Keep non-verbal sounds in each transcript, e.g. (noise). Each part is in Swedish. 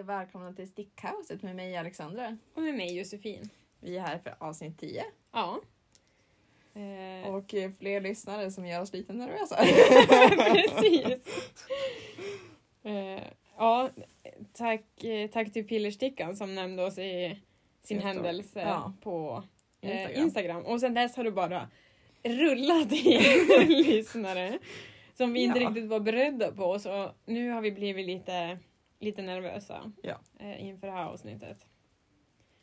och välkomna till Stickkaoset med mig Alexandra. Och med mig Josefin. Vi är här för avsnitt 10 Ja. Eh, och eh, fler lyssnare som gör oss lite nervösa. (laughs) precis. Eh, ja, tack, eh, tack till Pillerstickan som nämnde oss i sin Just det. händelse Ja. på eh, Instagram. Instagram. Och sen dess har du bara (laughs) rullat i lyssnare som vi inte Ja. riktigt var beredda på. Så nu har vi blivit lite, lite nervösa Ja. eh, inför det här avsnittet.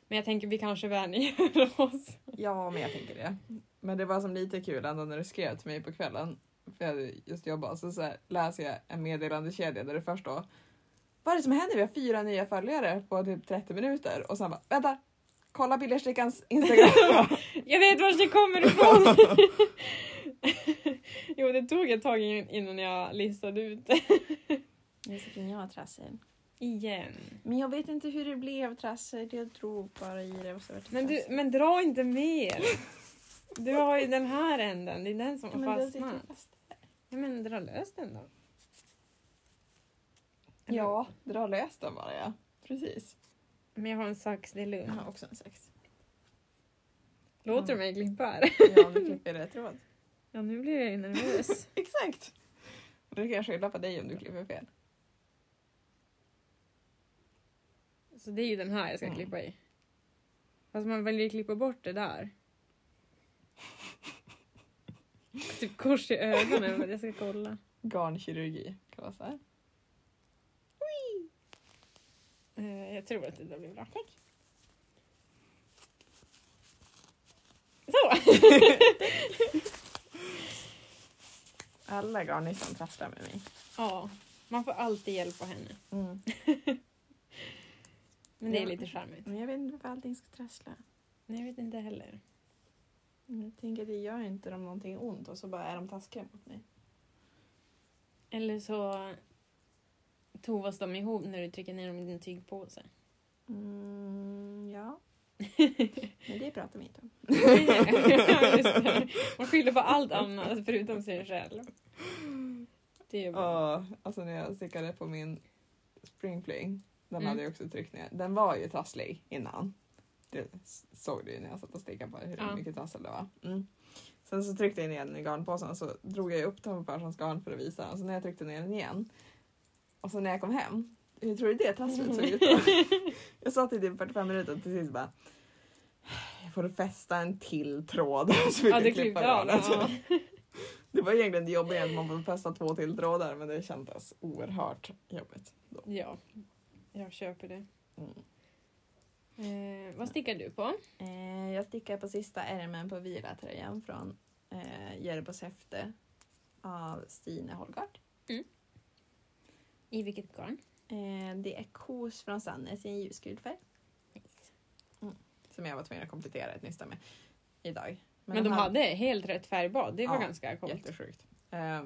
Men jag tänker vi kanske vänjer (laughs) oss. (laughs) ja, men jag tänker det. Men det var som lite kul ändå när du skrev till mig på kvällen, för jag hade just jobbat, så, så här, läser jag en meddelandekedja där det först då Vad är det som händer? Vi har fyra nya följare på typ 30 minuter och sen bara vänta, kolla bilderstickans (laughs) Instagram. Jag vet var det kommer ifrån! (laughs) jo, det tog ett tag in- innan jag listade ut det. Josefin, jag har trassel. Igen. Men jag vet inte hur det blev trassel. Jag drog bara i det och så vart det Men, du, trassel. men dra inte mer! Du har ju den här änden, det är den som Ja, har men det fastnat. sitter fast. Ja, men dra lös den då. Ja, dra lös den bara ja. Precis. Men jag har en sax, det är lugnt. Jag har också en sex. Låter du mig klippa här? Ja, nu klipper jag rätt tråd. Ja, nu blir jag ju nervös. (laughs) Exakt! Och då kan jag skylla på dig om du klipper fel. Så det är ju den här jag ska Mm. klippa i. Fast man väljer ju klippa bort det (laughs) där. Typ kors i ögonen för att jag ska kolla. Garnkirurgi kallas det. här. Eh, Jag tror att det där blir bra. Tack. Så! (laughs) Alla garnnissar trasslar med mig. Ja, man får alltid hjälp av henne. Men det är Ja. lite Mm. charmigt. Men jag vet inte varför allting ska trassla. Nej, jag vet inte heller. Jag tänker att det gör inte dem någonting ont och så bara är de taskiga mot mig. Eller så tovas de ihop när du trycker ner dem i en (laughs) tygpåse. Mm, ja. Men det pratar vi inte (laughs) om. Ja, just det. Man skyller på allt annat förutom sig själv. Det är bra. Ja, alltså när jag stickade på min springpling, den Mm. hade jag också tryckt ner. Den var ju trasslig innan. Det s- såg du ju när jag satt och stickade på hur Ja. mycket trassel det var. Mm. Sen så tryckte jag ner den i garnpåsen och så drog jag upp Tommy Perssons garn för att visa den. Så när jag tryckte ner den igen och så när jag kom hem, hur tror du det trasslet såg ut (laughs) då? jag satt i typ 45 minuter och till sist bara jag får fästa en till tråd (laughs) så vi Ja, kan du klippa klippte av den. garnet. Ja. (laughs) Det var egentligen det jobbiga att man får fästa två till trådar men det kändes oerhört jobbigt. Då. ja, jag köper det. Mm. Eh, vad stickar du på? Eh, jag stickar på sista ärmen på vila-tröjan från eh, Järbos häfte av Stine Holgard. I vilket garn? Eh, det är kos från Sannes i en ljusgul färg. Mm. Som jag var tvungen att komplettera ett nysta med idag. Men, de hade helt rätt färgbad, det var Ja, ganska coolt. Jättesjukt. Eh,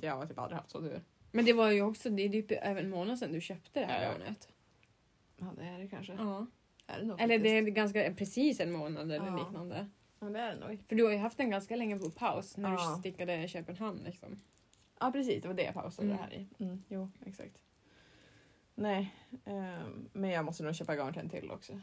jag har typ aldrig haft så tur. Men det var ju också, det är typ över en månad sedan du köpte det här Ja. garnet. Ja det är det kanske. Ja. Är det nog Eller det är faktiskt. ganska precis en månad eller Ja. liknande. Ja, det är det nog. För du har ju haft den ganska länge på paus när Ja. du stickade i Köpenhamn. Liksom. Ja precis, det var det jag pausade Mm. det här i. Mm, jo, exakt. Nej, ehm, men jag måste nog köpa garn till en till också.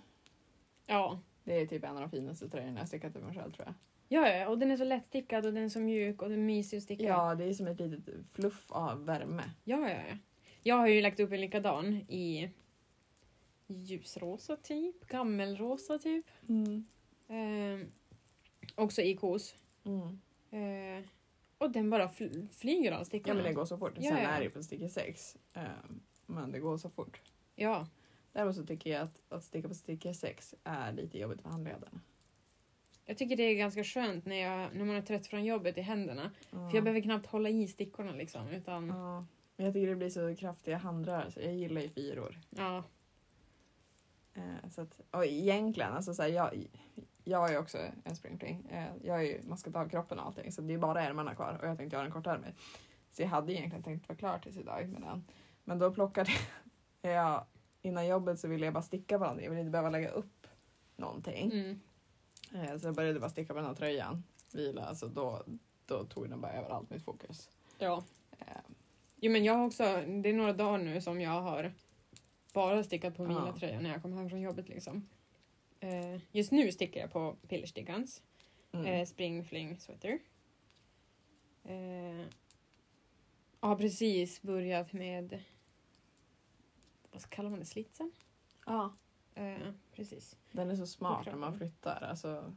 Ja. Det är typ en av de finaste tröjorna jag stickat till mig själv tror jag. Ja, ja, och den är så lättstickad och den är så mjuk och den är mysig att sticka. Ja, det är som ett litet fluff av värme. Ja, ja, ja. Jag har ju lagt upp en likadan i ljusrosa typ, gammelrosa typ. Mm. Ehm, också i kos. Mm. Ehm, och den bara fl- flyger av Ja stickorna. men det går så fort. Sen Ja, ja. är det ju på sticka 6. men det går så fort. Ja. Däremot så tycker jag att, att sticka på sticka 6 är lite jobbigt för handlederna. Jag tycker det är ganska skönt när, jag, när man är trött från jobbet i händerna. Ja. För jag behöver knappt hålla i stickorna liksom. Utan, ja. Ja. Men jag tycker det blir så kraftiga handrörelser. Jag gillar ju fyror. Ja, Eh, så att, och egentligen, alltså så här, jag, jag är ju också en springpling. Eh, jag är ju maskat av kroppen och allting så det är bara ärmarna kvar och jag tänkte göra en kortärmig. Så jag hade egentligen tänkt vara klar tills idag med den. Men då plockade (laughs) jag, innan jobbet så ville jag bara sticka på någonting. Jag ville inte behöva lägga upp någonting. mm. Eh, så jag började bara sticka på den här tröjan, vila, så då, då tog den bara över allt mitt fokus. ja. Eh, Jo men jag har också, det är några dagar nu som jag har bara stickat på Ja. vilatröja när jag kom hem från jobbet. Liksom. Eh, just nu stickar jag på pillerstickans Mm. eh, Spring Fling Sweater. Eh, har precis börjat med, vad kallar man det, slitsen? Ja. Eh, precis. Den är så smart när kroppen. man flyttar. Alltså,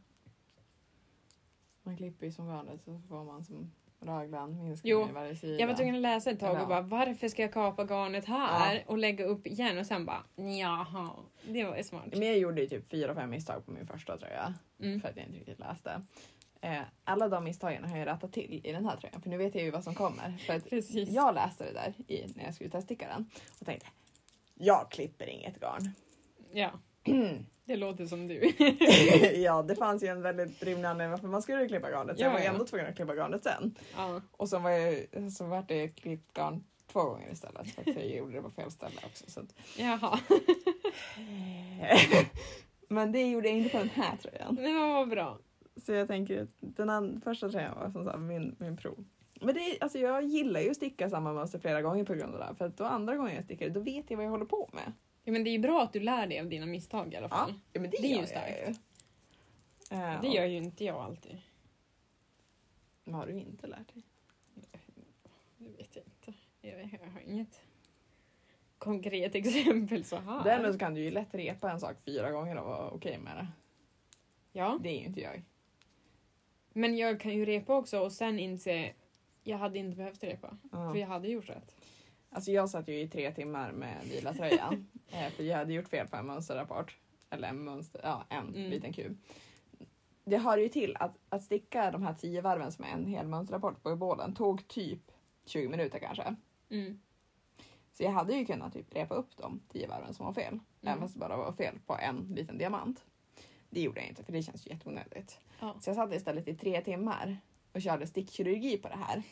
man klipper ju som vanligt så får man som raglan Jo, minskar i varje sida. Jag var tvungen att läsa ett tag Ja. och bara varför ska jag kapa garnet här och lägga upp igen och sen bara jaha, det var ju smart. Men jag gjorde ju typ fyra, fem misstag på min första tröja Mm. för att jag inte riktigt läste. Eh, alla de misstagen har jag rättat till i den här tröjan för nu vet jag ju vad som kommer. För att Precis. jag läste det där i, när jag skulle teststicka den och tänkte jag klipper inget garn. (clears throat) Ja. Det låter som du. (laughs) ja, det fanns ju en väldigt rimlig anledning varför man skulle klippa garnet. Så Ja, jag var ju ja. ändå tvungen att klippa garnet sen. ja. Och sen var jag, så vart det klippt garn två gånger istället för att jag gjorde det på fel ställe också. Så (laughs) att... Jaha, Men det gjorde jag inte på den här tröjan. det var bra. Så jag tänker att den an- första tröjan var som sagt min, min prov. Men det, är- alltså jag gillar ju att sticka samma mönster flera gånger på grund av det här. För att då andra gången jag stickar då vet jag vad jag håller på med. Ja, men det är ju bra att du lär dig av dina misstag i alla fall. ja men det, Det är ju gör jag starkt. ju. Eh, Det gör ju inte jag alltid. och- Vad har du inte lärt dig? Det vet jag inte. Jag, vet- jag har inget konkret (laughs) exempel så här. Därmed så kan du ju lätt repa en sak fyra gånger och vara okej med det. Ja, Det är ju inte jag. men jag kan ju repa också och sen inse jag hade inte behövt repa. Ja. För jag hade gjort rätt. Alltså jag satt ju i tre timmar med (laughs) vilatröjan. eh, för jag hade gjort fel på en mönsterrapport. Eller en, mönster, ja, en Mm. liten kub. Det hör ju till att, att sticka de här tio varven som är en hel mönsterrapport på bålen tog typ 20 minuter kanske. Mm. Så jag hade ju kunnat typ repa upp de tio varven som var fel. Även Mm. fast det bara var fel på en liten diamant. Det gjorde jag inte för det känns ju jätteonödigt. Ja. Så jag satt istället i tre timmar och körde stickkirurgi på det här.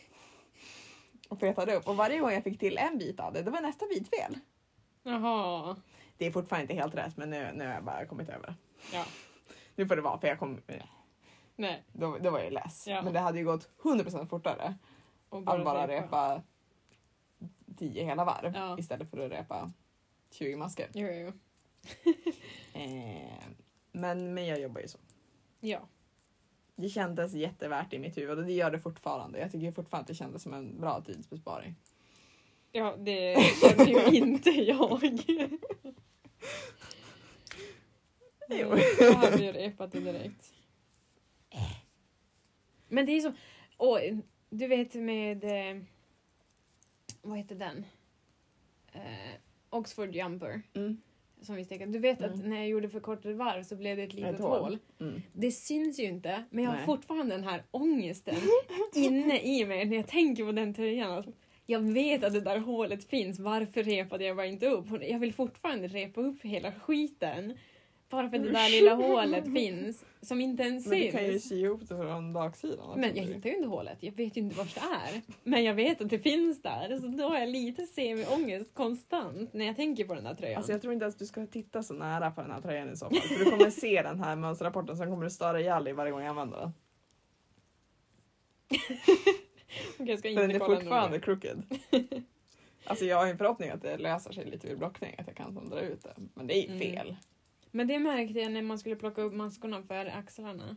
(laughs) Och petade upp. Och varje gång jag fick till en bit av det, det var nästa bit fel. Jaha. Det är fortfarande inte helt rätt men nu, nu har jag bara kommit över det. Ja. Nu får det vara för jag kom, Nej. då, då var jag less. Ja. Men det hade ju gått 100% fortare Och att bara repa 10 hela varv Ja. istället för att repa 20 masker. Jo, jo, jo. Eh, men, men jag jobbar ju så. Ja. Det kändes jättevärt i mitt huvud och det gör det fortfarande. Jag tycker fortfarande att det kändes som en bra tidsbesparing. Ja, det känner ju inte jag. Jo. Eh, Jag hade ju repat det direkt. Eh. Men det är som... Åh, du vet med... Eh, vad heter den? Eh, Oxford jumper. Mm. Som vi stickade. Du vet att Mm. när jag gjorde förkortade varv så blev det ett litet Ett hål. hål. Mm. Det syns ju inte, men jag har Nej. fortfarande den här (laughs) ångesten inne i mig när jag tänker på den tröjan. Att Jag vet att det där hålet finns, varför repade jag bara inte upp? Jag vill fortfarande repa upp hela skiten. Bara för att det där lilla hålet finns, som inte ens Men du kan ju syns. sy ihop det från baksidan. också. Men jag hittar ju inte hålet, jag vet ju inte vart det är. Men jag vet att det finns där, så då har jag lite semiångest konstant när jag tänker på den där tröjan. Alltså jag tror inte att du ska titta så nära på den här tröjan i så fall. För du kommer se den här mönsterrapporten som kommer du störa ihjäl dig varje gång jag använder den. Okej, jag ska För den inte är kolla fortfarande noga. crooked. (laughs) Alltså jag har en förhoppning att det löser sig lite vid blockning, att jag kan som dra ut det. Men det är ju Mm. fel. Men det märkte jag när man skulle plocka upp maskorna för axlarna.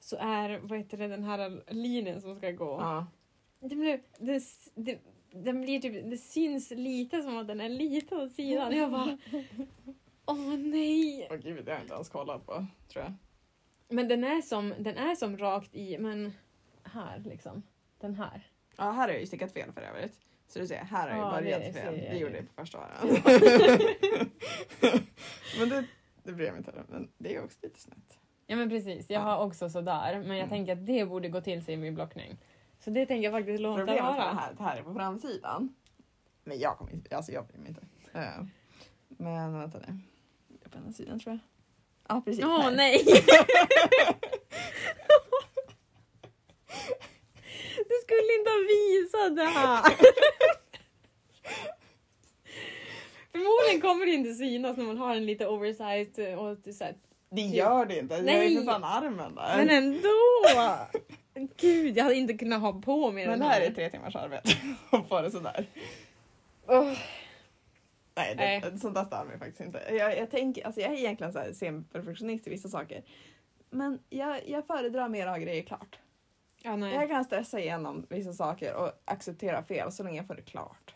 Så är, vad heter det, den här linjen som ska gå. Ja. Det blev, det, s- det, den blir typ, det syns lite som att den är lite åt sidan. Jag bara, (laughs) åh nej! Åh gud, det har jag inte ens kollat på tror jag. Men den är som, den är som rakt i, men här liksom. Den här. Ja, här har jag ju stickat fel för övrigt. Så du ser, här har jag ju Ja, börjat det fel. ser jag Det ju. gjorde jag på första varan. (laughs) men det, det bryr jag mig inte om. Men det är ju också lite snett. Ja Mm. men precis, Jag har också sådär. Men jag tänker att det borde gå till sig i min blockning. Så det alltså tänker jag faktiskt låta Problemet med det här, det här är på framsidan. Men jag kommer inte, alltså jag bryr mig inte. Eh, Men vänta nu. Det är På ena sidan tror jag. Ja precis. Åh här. nej! du skulle inte ha visat det här! Förmodligen kommer det inte synas när man har en lite oversized eh, och så här. (laughs) Det gör det inte. Jag är Nej. ju för fan armen där. Men ändå! Gud, jag hade inte kunnat ha på mig Men (laughs) den det här är tre timmars arbete. Och få det sådär. Åh. Nej, det, Nej. sånt där stör mig faktiskt inte. Jag, jag, tänker, alltså jag är egentligen så här semiperfektionist i vissa saker. Men jag, jag föredrar mer att ha grejer klart. Ja, nej. Jag kan stressa igenom vissa saker och acceptera fel så länge jag får det klart.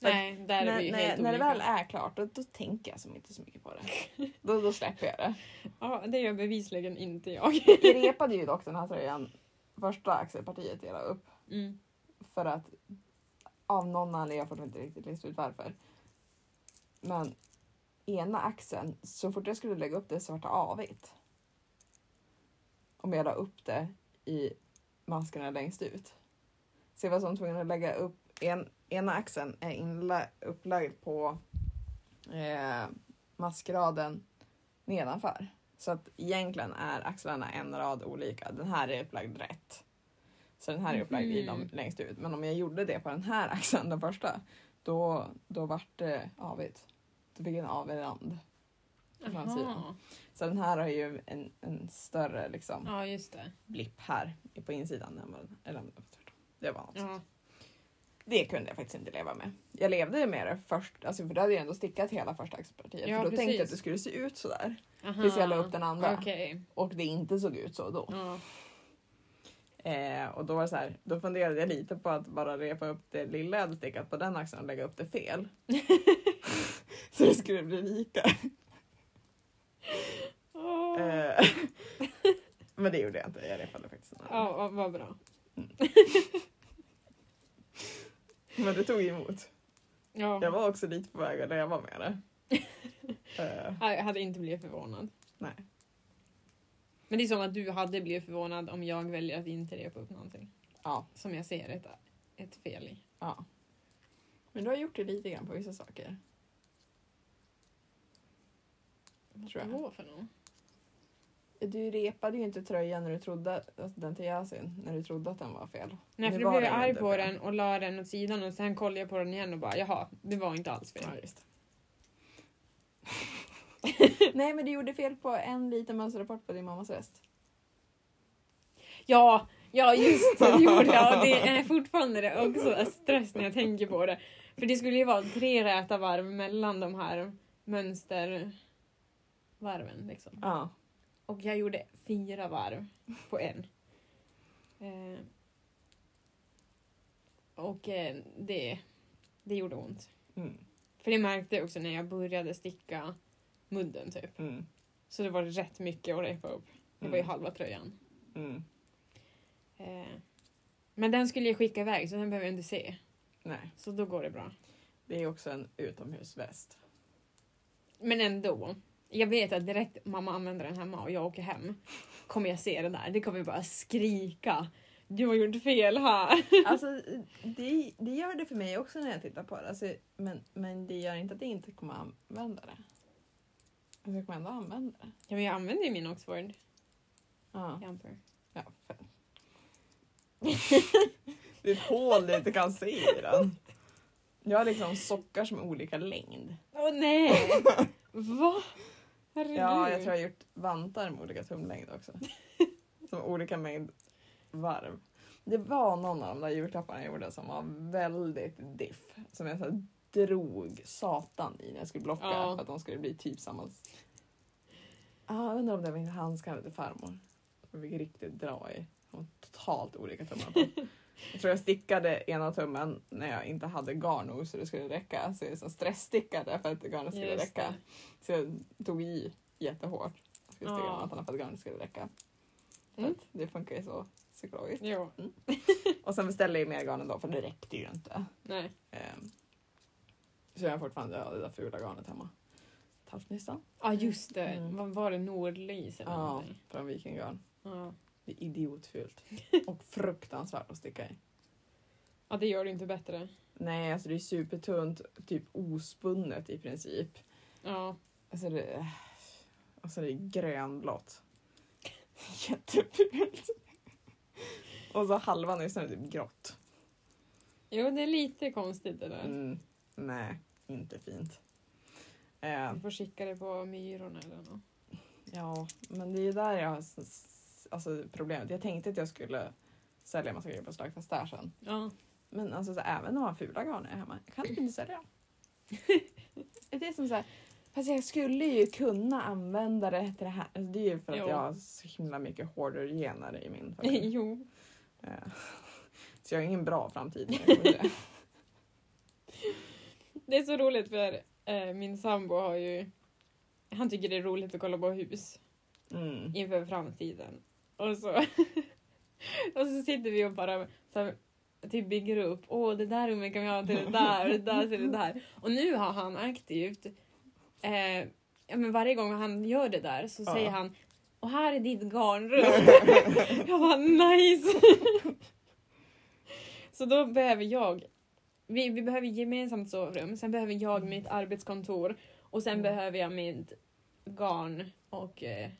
För nej, där är vi när, ju när, helt när det olika. väl är klart, då, då tänker jag som inte så mycket på det. (laughs) Då, då släpper jag det. Ja, det gör bevisligen inte jag. Vi repade ju dock den här tröjan första axelpartiet jag la upp. (laughs) Mm. För att av någon anledning, jag har fortfarande inte riktigt listat ut varför. Men ena axeln, så fort jag skulle lägga upp det så vart det avigt. Om jag la upp det i maskerna längst ut. Så jag var som tvungen att lägga upp, en, ena axeln är inla, upplagd på eh, maskeraden nedanför. Så att egentligen är axlarna en rad olika. Den här är upplagd rätt. Så den här är upplagd i dem Mhm. längst ut. Men om jag gjorde det på den här axeln, den första, då, då vart det avigt. Då fick jag en avig rand. På framsidan. Aha. Så den här har ju en, en större liksom, Ja, just det. blipp här på insidan. Än vad den, eller om det var tvärtom. Det var något. Ja. Det kunde jag faktiskt inte leva med. Jag levde ju med det först, alltså, för då hade jag ändå stickat hela första axelpartiet. Ja, för då tänkte jag att precis. det skulle se ut sådär. Aha. Tills jag la upp den andra. Okej. Och det inte såg ut så då. Ja. Eh, och då var det så här, då funderade jag lite på att bara repa upp det lilla jag hade stickat på den axeln och lägga upp det (laughs) fel. så det skulle bli lika. Åh. Eh, men det gjorde jag inte, jag repade faktiskt den andra. Ja, vad- vad bra. Men det tog emot. Ja. Jag var också lite på väg att leva med (laughs) det. Eh, Ja, Jag hade inte blivit förvånad. Nej. Men det är som att du hade blivit förvånad om jag väljer att inte repa upp någonting. Ja. Som jag ser ett, ett fel i. ja. Men du har gjort det lite grann på vissa saker. Vad Tror jag. då för någon? Du repade ju inte tröjan när du trodde, alltså den till Yasin, när du trodde att den var fel. Nej, Nu för då var blev jag den arg inte på fel. den och la den åt sidan och sen kollade jag på den igen och bara jaha, det var inte alls fel. just. Nej men du gjorde fel på en liten mönsterrapport på din mammas väst. Ja, ja just det, det gjorde jag. Och det är fortfarande det också en stress när jag tänker på det. För det skulle ju vara tre räta varv mellan de här mönstervarven. Liksom. Ja. Och jag gjorde fyra varv på en. Eh, och eh, det, det gjorde ont. Mm. För det märkte jag också när jag började sticka mudden typ. Mm. Så det var rätt mycket att repa upp. Det var ju Mm. halva tröjan. Mm. Eh, Men den skulle jag skicka iväg så den behöver jag inte se. Nej, Så då går det bra. det är också en utomhusväst. Men ändå. Jag vet att direkt mamma använder den hemma och jag åker hem kommer jag se det där. Det kommer jag bara skrika. Du har gjort fel här. Alltså det, det gör det för mig också när jag tittar på det. Alltså, men, men det gör inte att jag inte kommer använda det. Alltså, jag kommer ändå använda det. Ja, men jag använder ju min Oxford Ja. jumper. Ja, fan. det är ett hål du inte kan se i den. Jag har liksom sockar som är olika längd. Åh nej! (laughs) Va? Herregud. Ja, jag tror jag har gjort vantar med olika tumlängd (laughs) också. Som olika mängd varv. Det var någon av de där julklapparna jag gjorde som var väldigt diff. Som jag så här drog satan i när jag skulle blocka Ja. för att de skulle bli typ samma. Ah, jag undrar om det var inte handskarna till farmor. Jag fick riktigt dra i. De var totalt olika tummar (laughs) på. Jag tror jag stickade ena tummen när jag inte hade garn nog så det skulle räcka. Så jag så stressstickade för att garnet skulle Just räcka. det. Så jag tog i jättehårt. Jag skulle sticka Ja. med mattan för att garnet skulle räcka. För Mm. att det funkar ju så psykologiskt. Jo, Och sen beställde jag ju mer garn ändå för det räckte ju inte. nej. Ehm, Så jag har fortfarande ja, det där fula garnet hemma. Tallfnissan Ja, ah, just det. Mm. Vad var det? Nordlys eller Ja. någonting? från Vikinggarn. Ja. Det är (laughs) idiotfult. Och fruktansvärt att sticka i. Ja, det gör det inte bättre. Nej, alltså det är supertunt, typ ospunnet i princip. Ja. Alltså det... Och så är det grönblått. (laughs) Jättefult. Och så halva nyssen är typ grått. Jo, det är lite konstigt det där. Mm, nej, inte fint. Eh, Du får skicka det på Myrorna eller något. ja, men det är ju där jag har s- s- alltså, problemet. Jag tänkte att jag skulle sälja en massa grejer på slagfest där sen. Ja. typ (laughs) Men alltså, så, även om man har fula garn här hemma, jag kan inte sälja dem. det är som så här, fast jag skulle ju kunna använda det till det här. Alltså, det är ju för att Jo. jag har så himla mycket hoarder-gener i min familj. (laughs) jo. Eh, så jag har ingen bra framtid. när det (laughs) kommer till det. Det är så roligt för eh, min sambo har ju... Han tycker det är roligt att kolla på hus Mm. inför framtiden. Och så, (laughs) och så sitter vi och bara så här, typ bygger upp. Åh, det där rummet kan vi ha till det där och det där till det där. Och nu har han aktivt... Eh, ja, men varje gång han gör det där så Ja. säger han och här är (laughs) ditt garnrum. jag bara nice! (laughs) så då behöver jag, vi, vi behöver gemensamt sovrum, sen behöver jag mitt arbetskontor och sen Mm. behöver jag mitt garn och eh,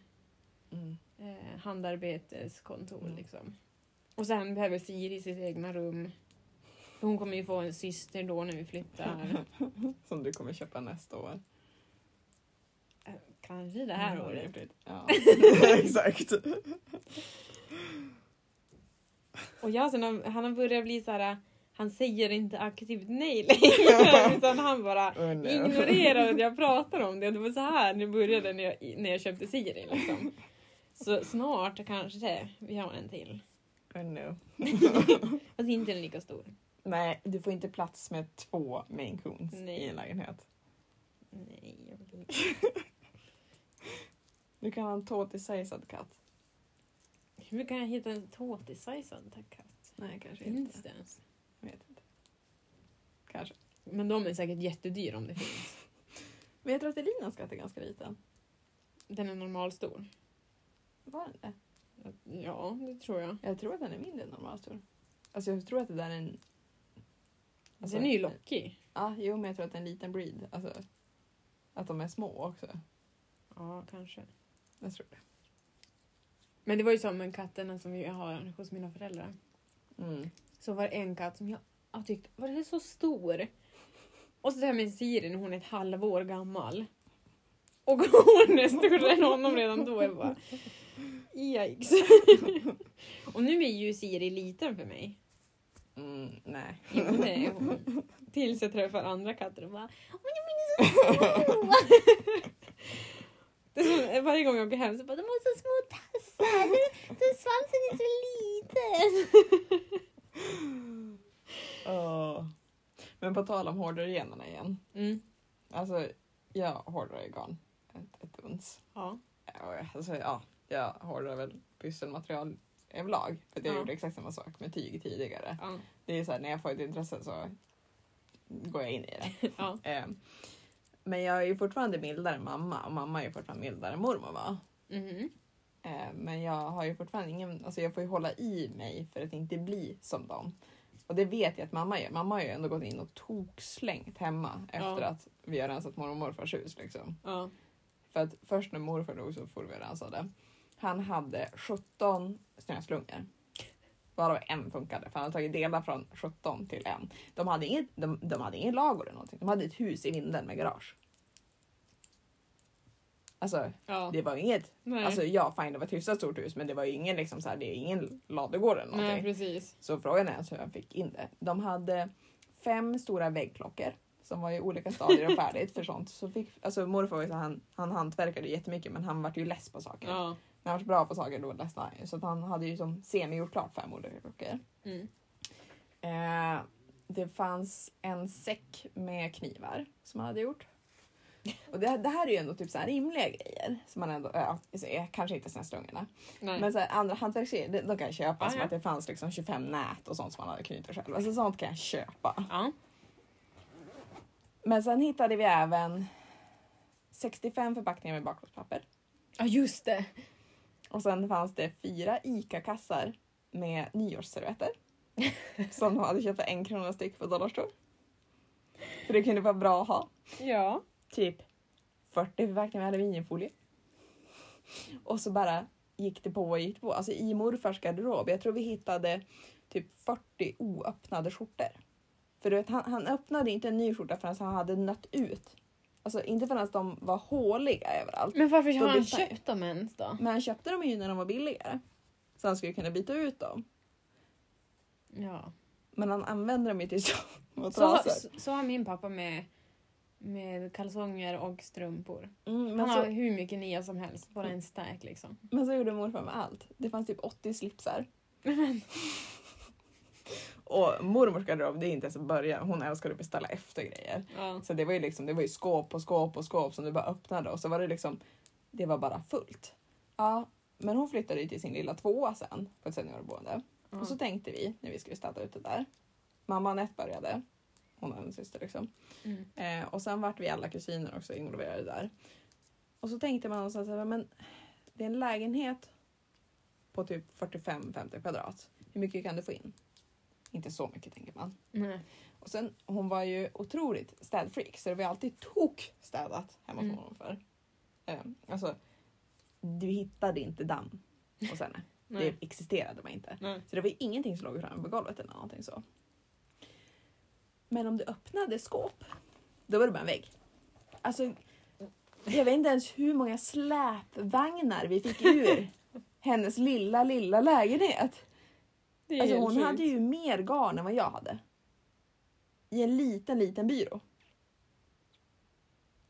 Mm. eh, handarbeteskontor. Mm. Liksom. Och sen behöver Siri sitt egna rum. För Hon kommer ju få en syster då när vi (laughs) flyttar. (laughs) Som du kommer köpa nästa år. Kanske det här Mm, året. rimligt. (laughs) Ja, (laughs) exakt. Och jag, sen har, han har börjat bli så här. han säger inte aktivt (laughs) nej längre. (laughs) utan han bara Oh, no. ignorerar (laughs) (laughs) att jag pratar om det. Det var så här det började när jag, när jag köpte Siri. Liksom. Så snart kanske vi har en till. Oh, no. Fast inte en lika stor. Nej, du får inte plats med två Maine Coons Nej. i en lägenhet. Nej, jag vill inte. Du kan ha en tåtisajsad katt. Hur kan jag hitta en tåtisajsad katt? Nej, kanske Finns det ens? Vet inte. Kanske. Men de är säkert jättedyra om det finns. Men jag tror att Elinas katt är ganska liten. Den är normalstor. Var den det? Ja, det tror jag. Jag tror att den är mindre än normalt stor. Alltså jag tror att det där är en... Alltså, Den är ju lockig. Ja, jo men jag tror att det är en liten breed. Alltså, att de är små också. Ja, kanske. Jag tror det. Men det var ju som med katterna som vi har hos mina föräldrar. Mm. Så var det en katt som jag, jag tyckte, var den så stor? Och så det här med Siri när hon är ett halvår gammal. Och hon är större än honom redan då. Jag bara, yikes. Och nu är ju Siri liten för mig. Mm, nej. Jo, (laughs) det är hon. Tills jag träffar andra katter och bara Åh, de är så små! det är som, (laughs) varje gång jag åker hem så bara De har så små tassar! Den svansen är så liten! Åh. Men på tal om hoarder-generna igen. Mm. Alltså, jag hoardar ju garn ett, ett uns. Ja. Ja, Alltså, ja, jag hoardar väl pysselmaterial överlag. För att jag Ja. gjorde exakt samma sak med tyg tidigare. Ja. Det är så här, när jag får ett intresse så går jag in i det. (laughs) ja. Eh, Men jag är ju fortfarande mildare än mamma och mamma är ju fortfarande mildare än mormor va? Mhm. Eh, Men jag har ju fortfarande ingen, alltså jag får ju hålla i mig för att inte bli som dem. Och det vet jag att mamma gör. Mamma har ju ändå gått in och tokslängt hemma efter Ja. att vi har rensat mormor och morfars hus liksom. ja. För att först när morfar dog så for vi och rensade. Han hade 17 snöslungor. Varav en funkade, för han hade tagit delar från 17 till en. De hade inget, de, de hade ingen ladugård eller någonting. De hade ett hus i vinden med garage. Alltså, ja. det var ju inget... Nej. Alltså, ja, fine, det var ett hyfsat stort hus, men det var ju ingen, liksom, så här, det är ingen ladugård eller någonting. Nej, precis. Så frågan är alltså hur jag fick in det. De hade fem stora väggklockor som var i olika stadier och färdigt för sånt. Så fick, alltså morfar var ju så här, han, han hantverkade jättemycket men han vart ju less på saker. Ja. När han var bra på saker då ledsnade han ju. Så att han hade ju som semi gjort klart fem olika klockor. Mm. Eh, det fanns en säck med knivar som han hade gjort. Och det, det här är ju ändå typ så här rimliga grejer. Som man ändå, ja, kanske inte snöslungorna. Nej. Men så här, andra hantverksgrejer, de, de kan jag köpa. Ah, som Mm. ja. att det fanns liksom 25 nät och sånt som man hade knutit själv. Alltså sånt kan jag köpa. ja. Men sen hittade vi även 65 förpackningar med bakplåtspapper. ja, just det. Och sen fanns det fyra ICA-kassar med (laughs) nyårsservetter. som de hade köpt för en krona styck på dollarstore. För det kunde vara bra att ha. Ja. Typ 40 förpackningar med aluminiumfolie. Och så bara gick det på och gick det på. Alltså i morfars garderob, jag tror vi hittade typ 40 oöppnade skjortor. För du vet, han, han öppnade inte en ny skjorta förrän han hade nött ut. Alltså inte förrän de var håliga överallt. Men varför Då har han bytte han ju. köpt dem ens då? Men han köpte dem ju när de var billigare. Så han skulle kunna byta ut dem. Ja. Men han använde dem ju till (laughs) Så, madrasser. så, så har min pappa med Med kalsonger och strumpor. Mm, men, Han har så, hur mycket nya som helst, bara en stack liksom. men så gjorde morfar med allt. Det fanns typ 80 slipsar. Och mormors garderob, det är inte ens att börja. Hon älskar att beställa efter grejer. Ja. Så det var ju liksom, det var ju skåp och skåp och skåp som du bara öppnade och så var det liksom, det var bara fullt. Ja, men hon flyttade ju till sin lilla tvåa sen på ett seniorboende. Ja. Och så tänkte vi när vi skulle städa ut det där. Mamma Anette började. Hon har en syster liksom. Mm. Eh, och sen vart vi alla kusiner också involverade där. Och så tänkte man någonstans så här, men det är en lägenhet på typ 45-50 kvadrat. Hur mycket kan du få in? Inte så mycket tänker man. Nej. Och sen, hon var ju otroligt städfreak så det var ju alltid tok städat hemma hos Mm. honom för. Eh, alltså, du hittade inte damm hos henne. Nej. Det existerade bara inte. Nej. Så det var ju ingenting som låg framme på golvet eller någonting så. Men om du öppnade skåp, då var det bara en vägg. Alltså, jag vet inte ens hur många släpvagnar vi fick (laughs) ur hennes lilla, lilla lägenhet. Det är Alltså helt hon sjukt. hade ju mer garn än vad jag hade. I en liten, liten byrå.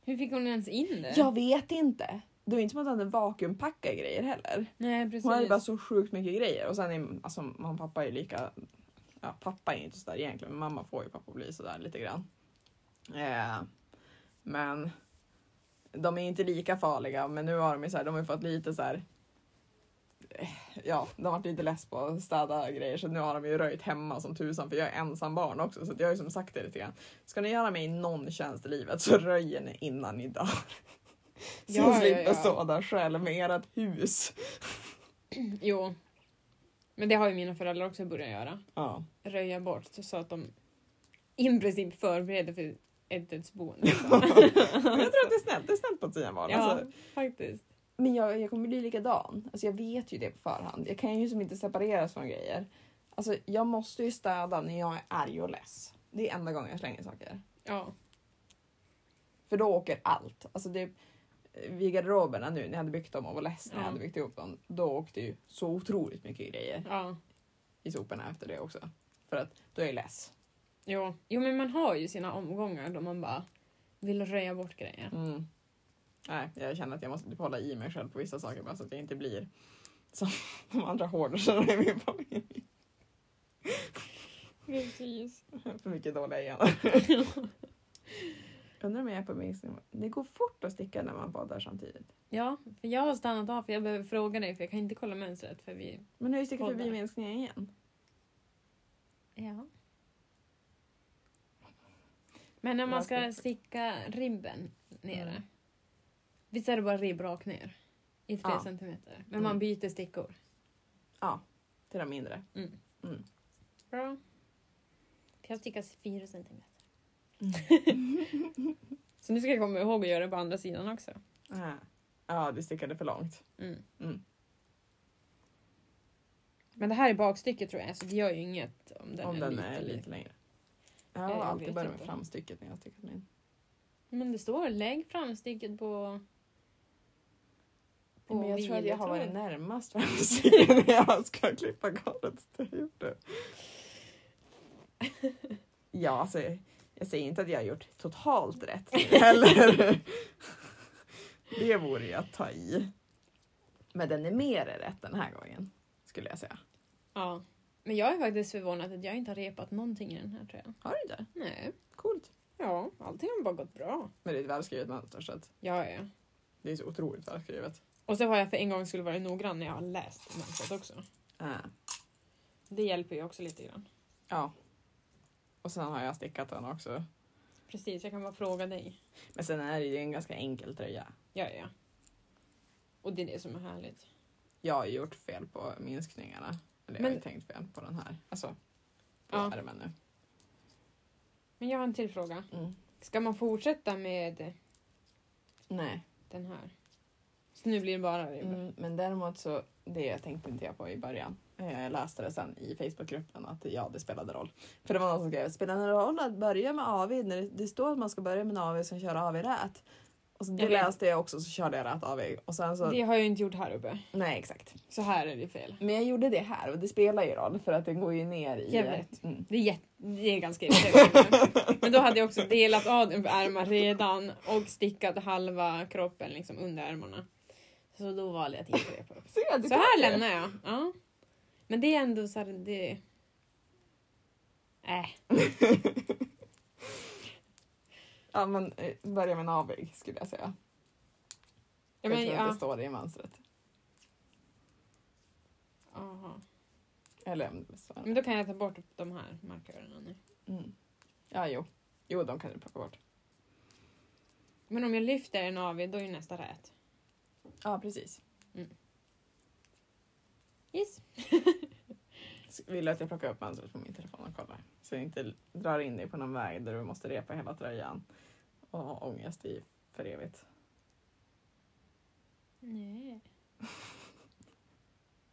Hur fick hon ens in det? Jag vet inte. Det var inte som att hon hade vakuumpackade grejer heller. Nej, precis. Hon hade bara så sjukt mycket grejer. Och sen är, alltså, mamma och pappa är ju lika... Ja, pappa är ju inte sådär egentligen, men mamma får ju pappa att bli sådär lite grann. Eh, men de är ju inte lika farliga, men nu har de ju, såhär, de har ju fått lite såhär... eh, Ja, de har varit lite less på att städa grejer så nu har de ju röjt hemma som tusan för jag är ensam barn också så att jag har ju som sagt det lite grann. Ska ni göra mig någon tjänst i livet så röjer ni innan ni dör. (laughs) Så Ja, ja, ni slipper ja. stå där själv med ert hus. Jo. Men det har ju mina föräldrar också börjat göra. Ja. Röja bort så att de i princip förbereder för ett dödsboende. (laughs) Alltså. liksom. Men jag tror att det är snällt, det är snällt på ett barn. ja, Alltså, faktiskt. men jag, jag kommer bli likadan. Alltså, jag vet ju det på förhand. Jag kan ju som inte separeras från grejer. Alltså, jag måste ju städa när jag är arg och less. Det är enda gången jag slänger saker. Ja. För då åker allt. Alltså, det, vid garderoberna nu när jag hade byggt dem och var less när jag Ja. hade byggt ihop dem. Då åkte ju så otroligt mycket grejer ja. i soporna efter det också. För att då är jag less. Jo. jo, men man har ju sina omgångar då man bara vill röja bort grejer. Mm. Nej, jag känner att jag måste typ hålla i mig själv på vissa saker bara så att jag inte blir som (laughs) de andra hårdisarna i min familj. Precis. För mycket dåliga gener. (laughs) Undrar om jag är på min Instagram. Det går fort att sticka när man badar samtidigt. Ja, för jag har stannat av för jag behöver fråga dig för jag kan inte kolla mönstret för vi... Men nu har jag stickat förbi Poddar. minskningen igen. Ja. Men när man ska sticka ribben nere. Mm. Visst är det bara ribb rakt ner? I tre Ja. centimeter. Men Mm. man byter stickor. Till de mindre. Mm. Mm. Bra. För jag stickar fyra centimeter. (laughs) Mm. Så nu ska jag komma ihåg att göra det på andra sidan också. Ah. Ja, du stickade för långt. Mm. Mm. Men det här är bakstycket tror jag, så det gör ju inget om den, Om är, den lite, är lite längre. Jag Eh, har jag alltid vet börjat med inte. framstycket när jag har stickat min. Men det står lägg framstycket på... på Men jag tror att jag har varit vilotraven. närmast framstycket när jag ska klippa garnet. så jag gjort det. Ja, alltså jag säger inte att jag har gjort totalt rätt nu heller. Det vore ju att ta i. Men den är mer rätt den här gången, skulle jag säga. Ja. Men jag är faktiskt förvånad att jag inte har repat någonting i den här tror jag. Har du det? Nej. Coolt. Ja, allting har bara gått bra. Men det är ett välskrivet mönster så att Ja, ja. det är så otroligt välskrivet. Och så har jag för en gång skulle vara noggrann när jag har läst mönstret också. Ah. Det hjälper ju också lite grann. Ja. Och sen har jag stickat den också. Precis, jag kan bara fråga dig. Men sen är det ju en ganska enkel tröja. Ja, ja. Och det är det som är härligt. jag har gjort fel på minskningarna. Eller jag har Men- ju tänkt fel på den här. Alltså, på Ja. ärmen nu. Men jag har en till fråga. Mm. Ska man fortsätta med Nej, den här? Så nu blir det bara ribbor. mm, men däremot så, det tänkte inte jag på i början. Eh, Jag läste det sen i Facebookgruppen att ja, det spelade roll. För det var någon som skrev, spelar det roll att börja med AV när det, det står att man ska börja med en AV som kör AV rät? Och så det Jag vet. läste jag också så körde jag rät avväg. Och sen så... Det har jag ju inte gjort här uppe. Nej exakt. Så här är det fel. Men jag gjorde det här och det spelar ju roll för att den går ju ner i... Jag vet. Mm. Det är, jätte, det är ganska irriterande. Men då hade jag också delat av den på ärmar redan och stickat halva kroppen liksom under ärmarna. Så då valde jag att inte repa upp. Så, jag, Så här lämnar jag. Ja. Men det är ändå så här, det... Äh. Ja men eh, börja med en avväg skulle jag säga. Ja, Jag men, tror att det ja. står i mönstret. Aha. Eller om det står. men då kan jag ta bort de här markörerna nu. Mm. Ja jo. Jo de kan du plocka bort. Men om jag lyfter en av er, då är ju nästa rät. Ja precis. Yes. Vill du att jag plockar upp mönstret på min telefon och kollar? Så jag inte drar in dig på någon väg där du måste repa hela tröjan och ha ångest i för evigt. Nej.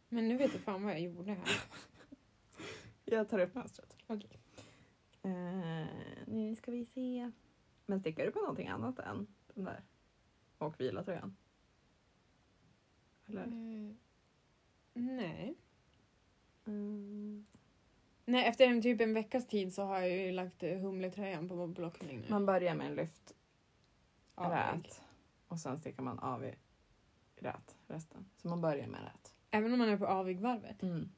Men nu vet du fan vad jag gjorde här. Jag tar upp mönstret. Okej. Eh, nu ska vi se. Men stickar du på någonting annat än den där och vila tröjan? Eller? Mm. Nej. Mm. Nej, efter en, typ en veckas tid så har jag ju lagt eh, humletröjan på blockning nu. Eh, Man börjar med en lyft Av mig. rät och sen stickar man av i rät resten. Så man börjar med rät. Även om man är på avigvarvet. Mm.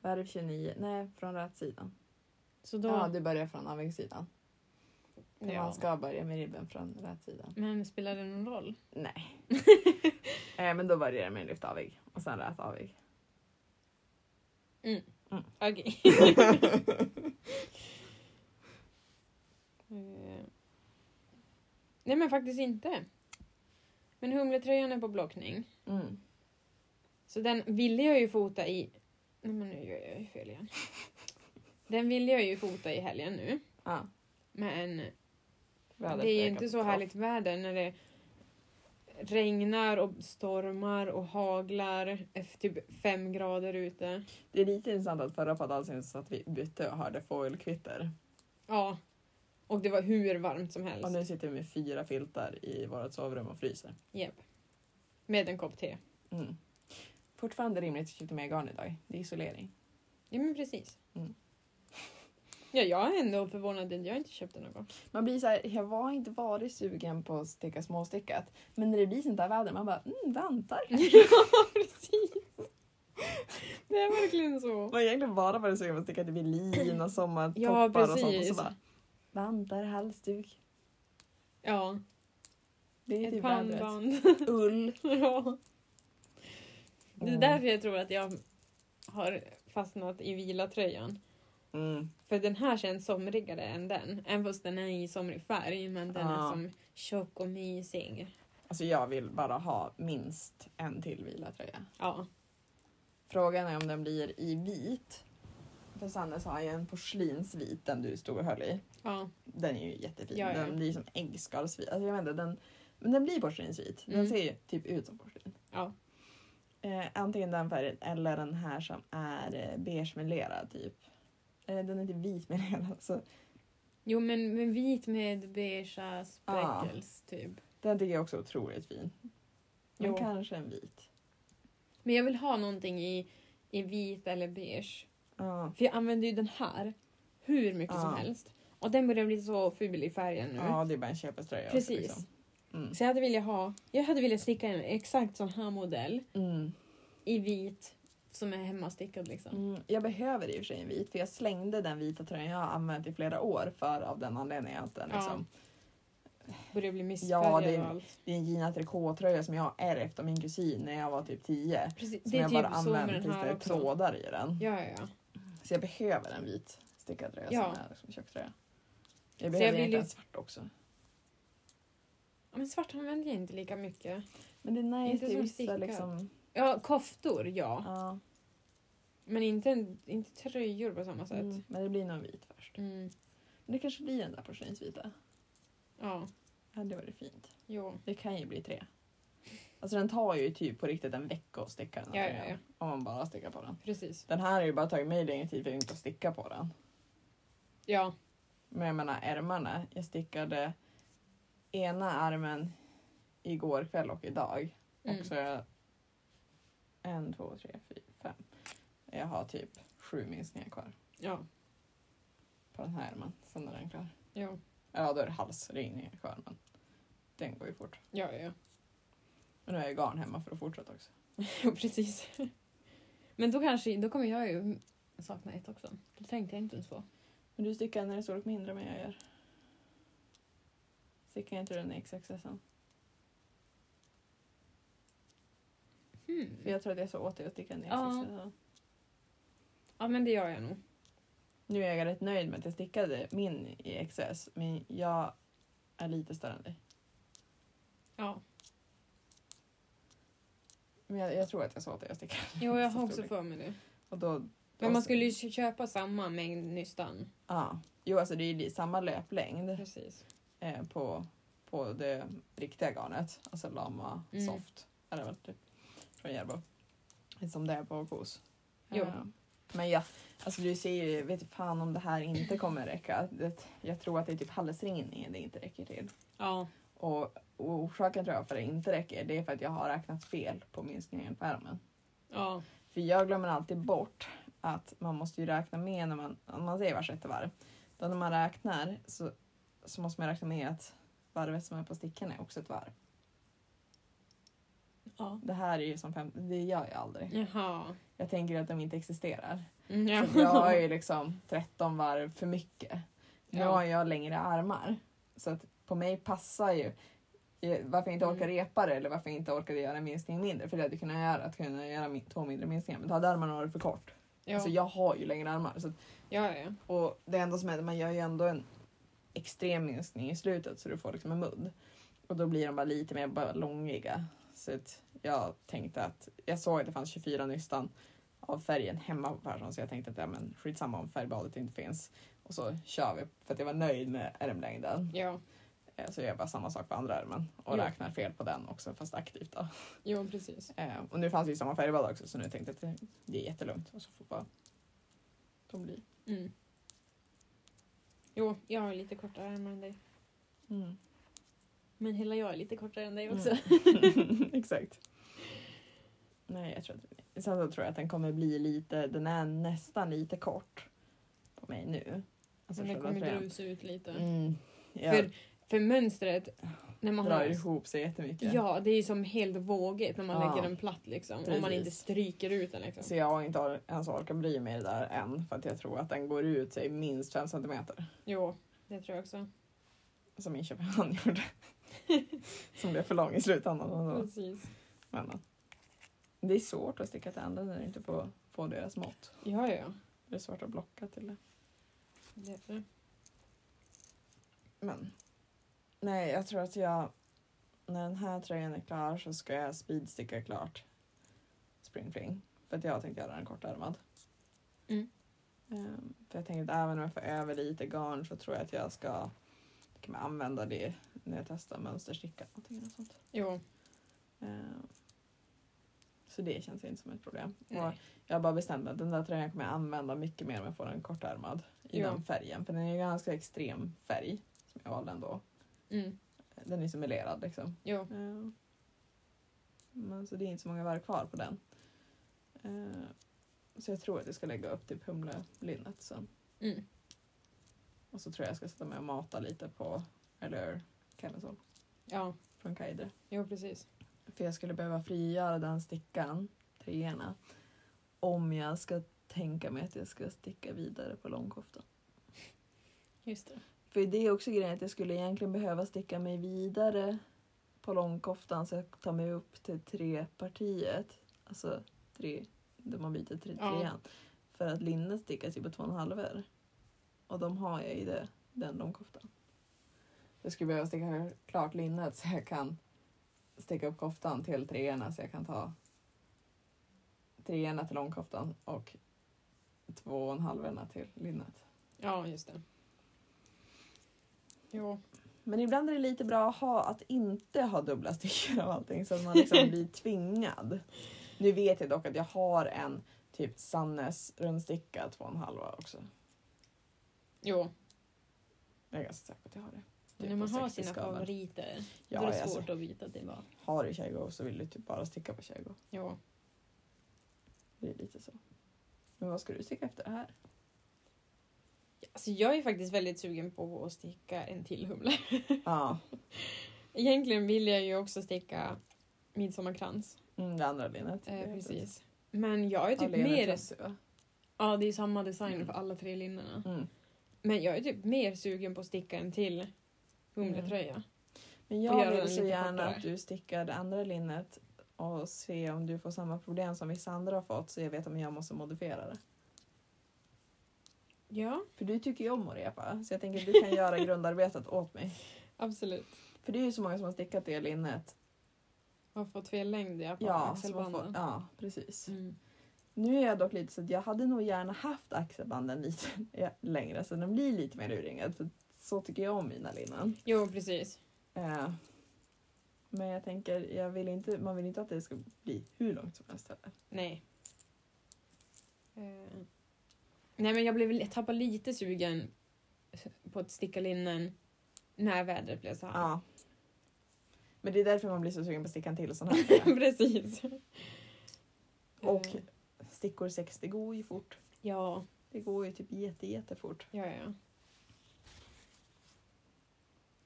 Värv 29, nej från rätt sidan. Så då... Ja, du börjar från avigsidan. För Ja. Man ska börja med ribben från rätt sidan. Men spelar det någon roll? Nej. (laughs) eh, men då börjar jag med en lyft avig och sen rät avig. (laughs) Okej. Eh, Nej men faktiskt inte. Men humletröjan är på blockning. Mm. Så den ville jag ju fota i... Nej men nu gör jag ju fel (laughs) igen. Den ville jag ju fota i helgen nu. Ja, Men vädret det är ju verkar inte så katastrof. härligt väder när det regnar och stormar och haglar efter typ fem grader ute. Det är lite intressant att förra poddavsnittet så att vi bytte och hörde fågelkvitter. Ja. Och det var hur varmt som helst. Och nu sitter vi med fyra filtar i vårt sovrum och fryser. Japp. Med en kopp te. Mm. Fortfarande rimligt att köpa mer garn idag. Det är isolering. Ja men precis. Mm. (laughs) Ja, jag är ändå förvånad att jag inte köpte någon. (laughs) (laughs) Man blir så här, jag var inte varit sugen på att sticka småstickat. Men när det blir sånt här väder, man bara, mm, väntar. ja precis. Det är verkligen så. Man har egentligen bara varit sugen på att sticka till lin och sommartoppar Ja, och sånt. Och så precis. bara, vantar, halsduk. Ja. Det är Ett typ vädret. pannband. (laughs) Ull. ja. Det är Mm. därför jag tror att jag har fastnat i vilatröjan. Mm. För den här känns somrigare än den. Även fast den är i somrig färg. Men den Ja. är som tjock och mysig. Alltså jag vill bara ha minst en till vilatröja. Ja. Frågan är om den blir i vit. För Sannes har ju en porslinsvit, den du stod och höll i. ja. Den är ju jättefin. Ja, ja. Den blir som äggskalsvit. Alltså jag vet inte, den, men den blir porslinsvit. Den Mm. ser ju typ ut som porslin. Ja. Eh, antingen den färgen eller den här som är eh, beige med lera typ. Eh, den är inte vit med lera. (laughs) Så Jo men, men vit med beigea speckles typ. den tycker jag också är otroligt fin. Men Jo. kanske en vit. Men jag vill ha någonting i, i vit eller beige. Ja. För jag använder ju den här hur mycket Ja. som helst. Och den börjar bli så ful i färgen nu. ja, det är bara en köpeströja. också, Precis. liksom. Mm. Så jag hade velat ha, jag hade velat sticka en exakt sån här modell Mm. i vit som är hemmastickad liksom. Mm, jag behöver i och för sig en vit för jag slängde den vita tröjan jag har använt i flera år för av den anledningen att den Ja. liksom, Börjar bli Ja, missfärgad det är- och allt. det är en Gina Tricot-tröja som jag har ärvt av min kusin när jag var typ 10. Precis, Som det är jag typ bara så med använt den tills det här är också. trådar i den. Ja, ja, ja. Så jag behöver en vit stickad tröja Ja. som är liksom tjocktröja. Jag jag behöver vill egentligen ju- svart också. ja. Men svart använder jag inte lika mycket. Men det är nice Inte till som vissa stickad. liksom. Ja, koftor ja. Ja. Men inte, en, inte tröjor på samma sätt. Mm, men det blir nog vit först. Mm. Men det kanske blir den där porslinsvita. Ja, Ja, det varit fint. jo. Det kan ju bli tre. Alltså den tar ju typ på riktigt en vecka att sticka den här Ja, ja, tröjan. ja. Om man bara stickar på den. Precis. Den här har ju bara tagit mig längre tid för jag inte att sticka på den. Ja. Men jag menar ärmarna, jag stickade ena armen igår kväll och idag. Mm. Och så har jag en, två, tre, fyra, fem. Jag har typ sju minskningar kvar Ja. på den här armen. Sen är den klar. Ja. Ja, då är det halsringningar kvar men den går ju fort. Ja, ja, (laughs) Men nu är jag garn hemma för att fortsätta också. ja. precis. Men då kanske, då kommer jag ju sakna ett också. Det tänkte jag inte ens på. Men du stickar när det är storlek mindre än vad jag gör. Stickar jag inte den i XXS? Hmm. För jag tror att jag sa åt dig att sticka den i Ja. XXS. Ja, men det gör jag nog. Nu är jag rätt nöjd med att jag stickade min i XS men jag är lite större än dig. Ja. Men jag, jag tror att jag sa åt dig att sticka. Jo, jag Så har också storlek. för mig det. Och då, då Men man skulle ju köpa samma mängd nystan. Ja. Jo, alltså det är ju li- samma löplängd Precis. eh, på, på det riktiga garnet. Alltså Lama Mm. Soft. Är det väl typ. Från Järbo. Som det är på Kos. Jo. Eh, Men ja, alltså du ser ju, vet inte fan om det här inte kommer räcka. Det, jag tror att det är typ halsringningen det inte räcker till. Ja. Och, och orsaken tror jag för det inte räcker, det är för att jag har räknat fel på minskningen på ärmen. Ja. För jag glömmer alltid bort att man måste ju räkna med när man, om man säger var sjätte varv. Då när man räknar så, så måste man räkna med att varvet som är på stickan är också ett varv. Ja. Det här är ju som fem, det gör jag aldrig. Jaha. Jag tänker att de inte existerar. Mm, ja. Så jag har (laughs) ju liksom 13 varv för mycket. Nu Ja. har jag längre armar. Så att på mig passar ju eh, varför jag inte orkar Mm. repa det eller varför jag inte orkade göra en minskning mindre. För det hade jag kunnat göra, att kunna göra min- två mindre minskningar. Men då hade armarna varit för kort. Ja. Alltså jag har ju längre armar. Så att, ja, ja. och det enda som händer, man gör ju ändå en extrem minskning i slutet så du får liksom en mudd. Och då blir de bara lite mer ballongiga. Så att jag tänkte att, jag såg att det fanns 24 nystan av färgen hemma på Persson så jag tänkte att ja, men skitsamma om färgbadet inte finns. Och så kör vi för att jag var nöjd med ärmlängden. Ja. Eh, Så jag gör bara samma sak på andra ärmen och Jo. räknar fel på den också fast aktivt då. Jo, precis. Eh, och nu fanns det ju samma färgbad också så nu tänkte jag att det- det är jättelugnt. Och så får bara de bli. Mm. Jo, jag har lite kortare ärmar än dig. Men hela jag är lite kortare än dig (laughs) också. Mm. Exakt. Nej, jag tror att, sen så tror jag att den kommer bli lite, den är nästan lite kort på mig nu. Alltså Men det själva kommer tröjan. drusa ut lite. Mm. Jag För, för mönstret, när man drar har... ihop sig jättemycket. Ja, det är ju som helt vågigt när man Ja. lägger den platt liksom. Om man Precis. inte stryker ut den liksom. Så jag har inte or- ens orkat bry mig där än för att jag tror att den går ut sig minst fem centimeter. Jo, det tror jag också. Som min Köpenhamn (laughs) gjorde. som blev för lång i slutändan. och så. Precis. Men, det är svårt att sticka till änden när du inte får, får deras mått. Ja, ja. Det är svårt att blocka till det. Det är det. Men. Nej, jag tror att jag... När den här tröjan är klar så ska jag speedsticka klart Spring Fling. För att jag tänkte göra den kortärmad. Mm. Ehm, för jag tänkte att även om jag får över lite garn så tror jag att jag ska kan man använda det när jag testar mönstersticka. någonting eller sånt. Jo. Ehm, så det känns inte som ett problem. Och Nej. jag har bara bestämt mig att den där tröjan kommer jag använda mycket mer om jag får den kortärmad i Ja. den färgen. För den är ju ganska extrem färg som jag valde ändå. Mm. Den är simulerad liksom. Jo. Eh, Men så det är inte så många varv kvar på den. Eh, Så jag tror att jag ska lägga upp typ humlelinnet sen. Mm. Och så tror jag jag ska sätta mig och mata lite på eller Camisol Ja. från Kaidre. Jo, precis. För jag skulle behöva frigöra den stickan, treorna, om jag ska tänka mig att jag ska sticka vidare på långkoftan. Just det. För det är också grejen att jag skulle egentligen behöva sticka mig vidare på långkoftan så jag tar mig upp till trepartiet. Alltså tre, där man byter till Ja. trean. För att linnet stickas ju på två och en halver. Och de har jag i det, den långkoftan. Jag skulle behöva sticka klart linnet så jag kan sticka upp koftan till treorna så jag kan ta treorna till långkoftan och två och en halverna till linnet. Ja, just det. Jo. Men ibland är det lite bra att ha att inte ha dubbla stycken av allting så att man (laughs) liksom blir tvingad. Nu vet jag dock att jag har en typ Sannes rundsticka två och en halva också. Jo. Jag är ganska säker Typ på att jag har det. När och man har sexig sina skaven. favoriter, Ja, då är det alltså, svårt att byta tillbaka. har du Kärgo så vill du typ bara sticka på Kärgo. Ja. Det är lite så. Men vad ska du sticka efter det (laughs) här? Alltså, jag är faktiskt väldigt sugen på att sticka en till humla. Ja, (laughs) Egentligen vill jag ju också sticka midsommarkrans. mm, det andra linnet. Eh, precis. Men jag är Ja, typ linnet mer... Lassie, va? Ja, det är samma design Mm. för alla tre linnena. Mm. Men jag är typ mer sugen på att sticka en till humletröja. Mm. Men Och jag göra vill den så lite gärna kortare. att du stickar det andra linnet och se om du får samma problem som vissa andra har fått så jag vet om jag måste modifiera det. Ja, För du tycker ju om att repa så jag tänker att du (laughs) kan göra grundarbetet åt mig. absolut. För det är ju så många som har stickat det linnet. Har fått fel längd ja, på Ja, så man får, axelbanden. ja precis. Mm. Nu är jag dock lite så att jag hade nog gärna haft axelbanden lite (laughs) längre så de blir lite mer urringade. För så tycker jag om mina linnen. Jo, precis. Eh, men jag tänker, jag vill inte, man vill inte att det ska bli hur långt som helst heller. Nej. Eh. Nej, men jag blev jag tappade lite sugen på att sticka linnen när vädret blev så här. Ja. Men det är därför man blir så sugen på stickan till sån här. tror jag. (laughs) (laughs) precis. Och Eh, stickor 6, det går ju fort. Ja, Det går ju typ jätte, jättefort. ja, ja.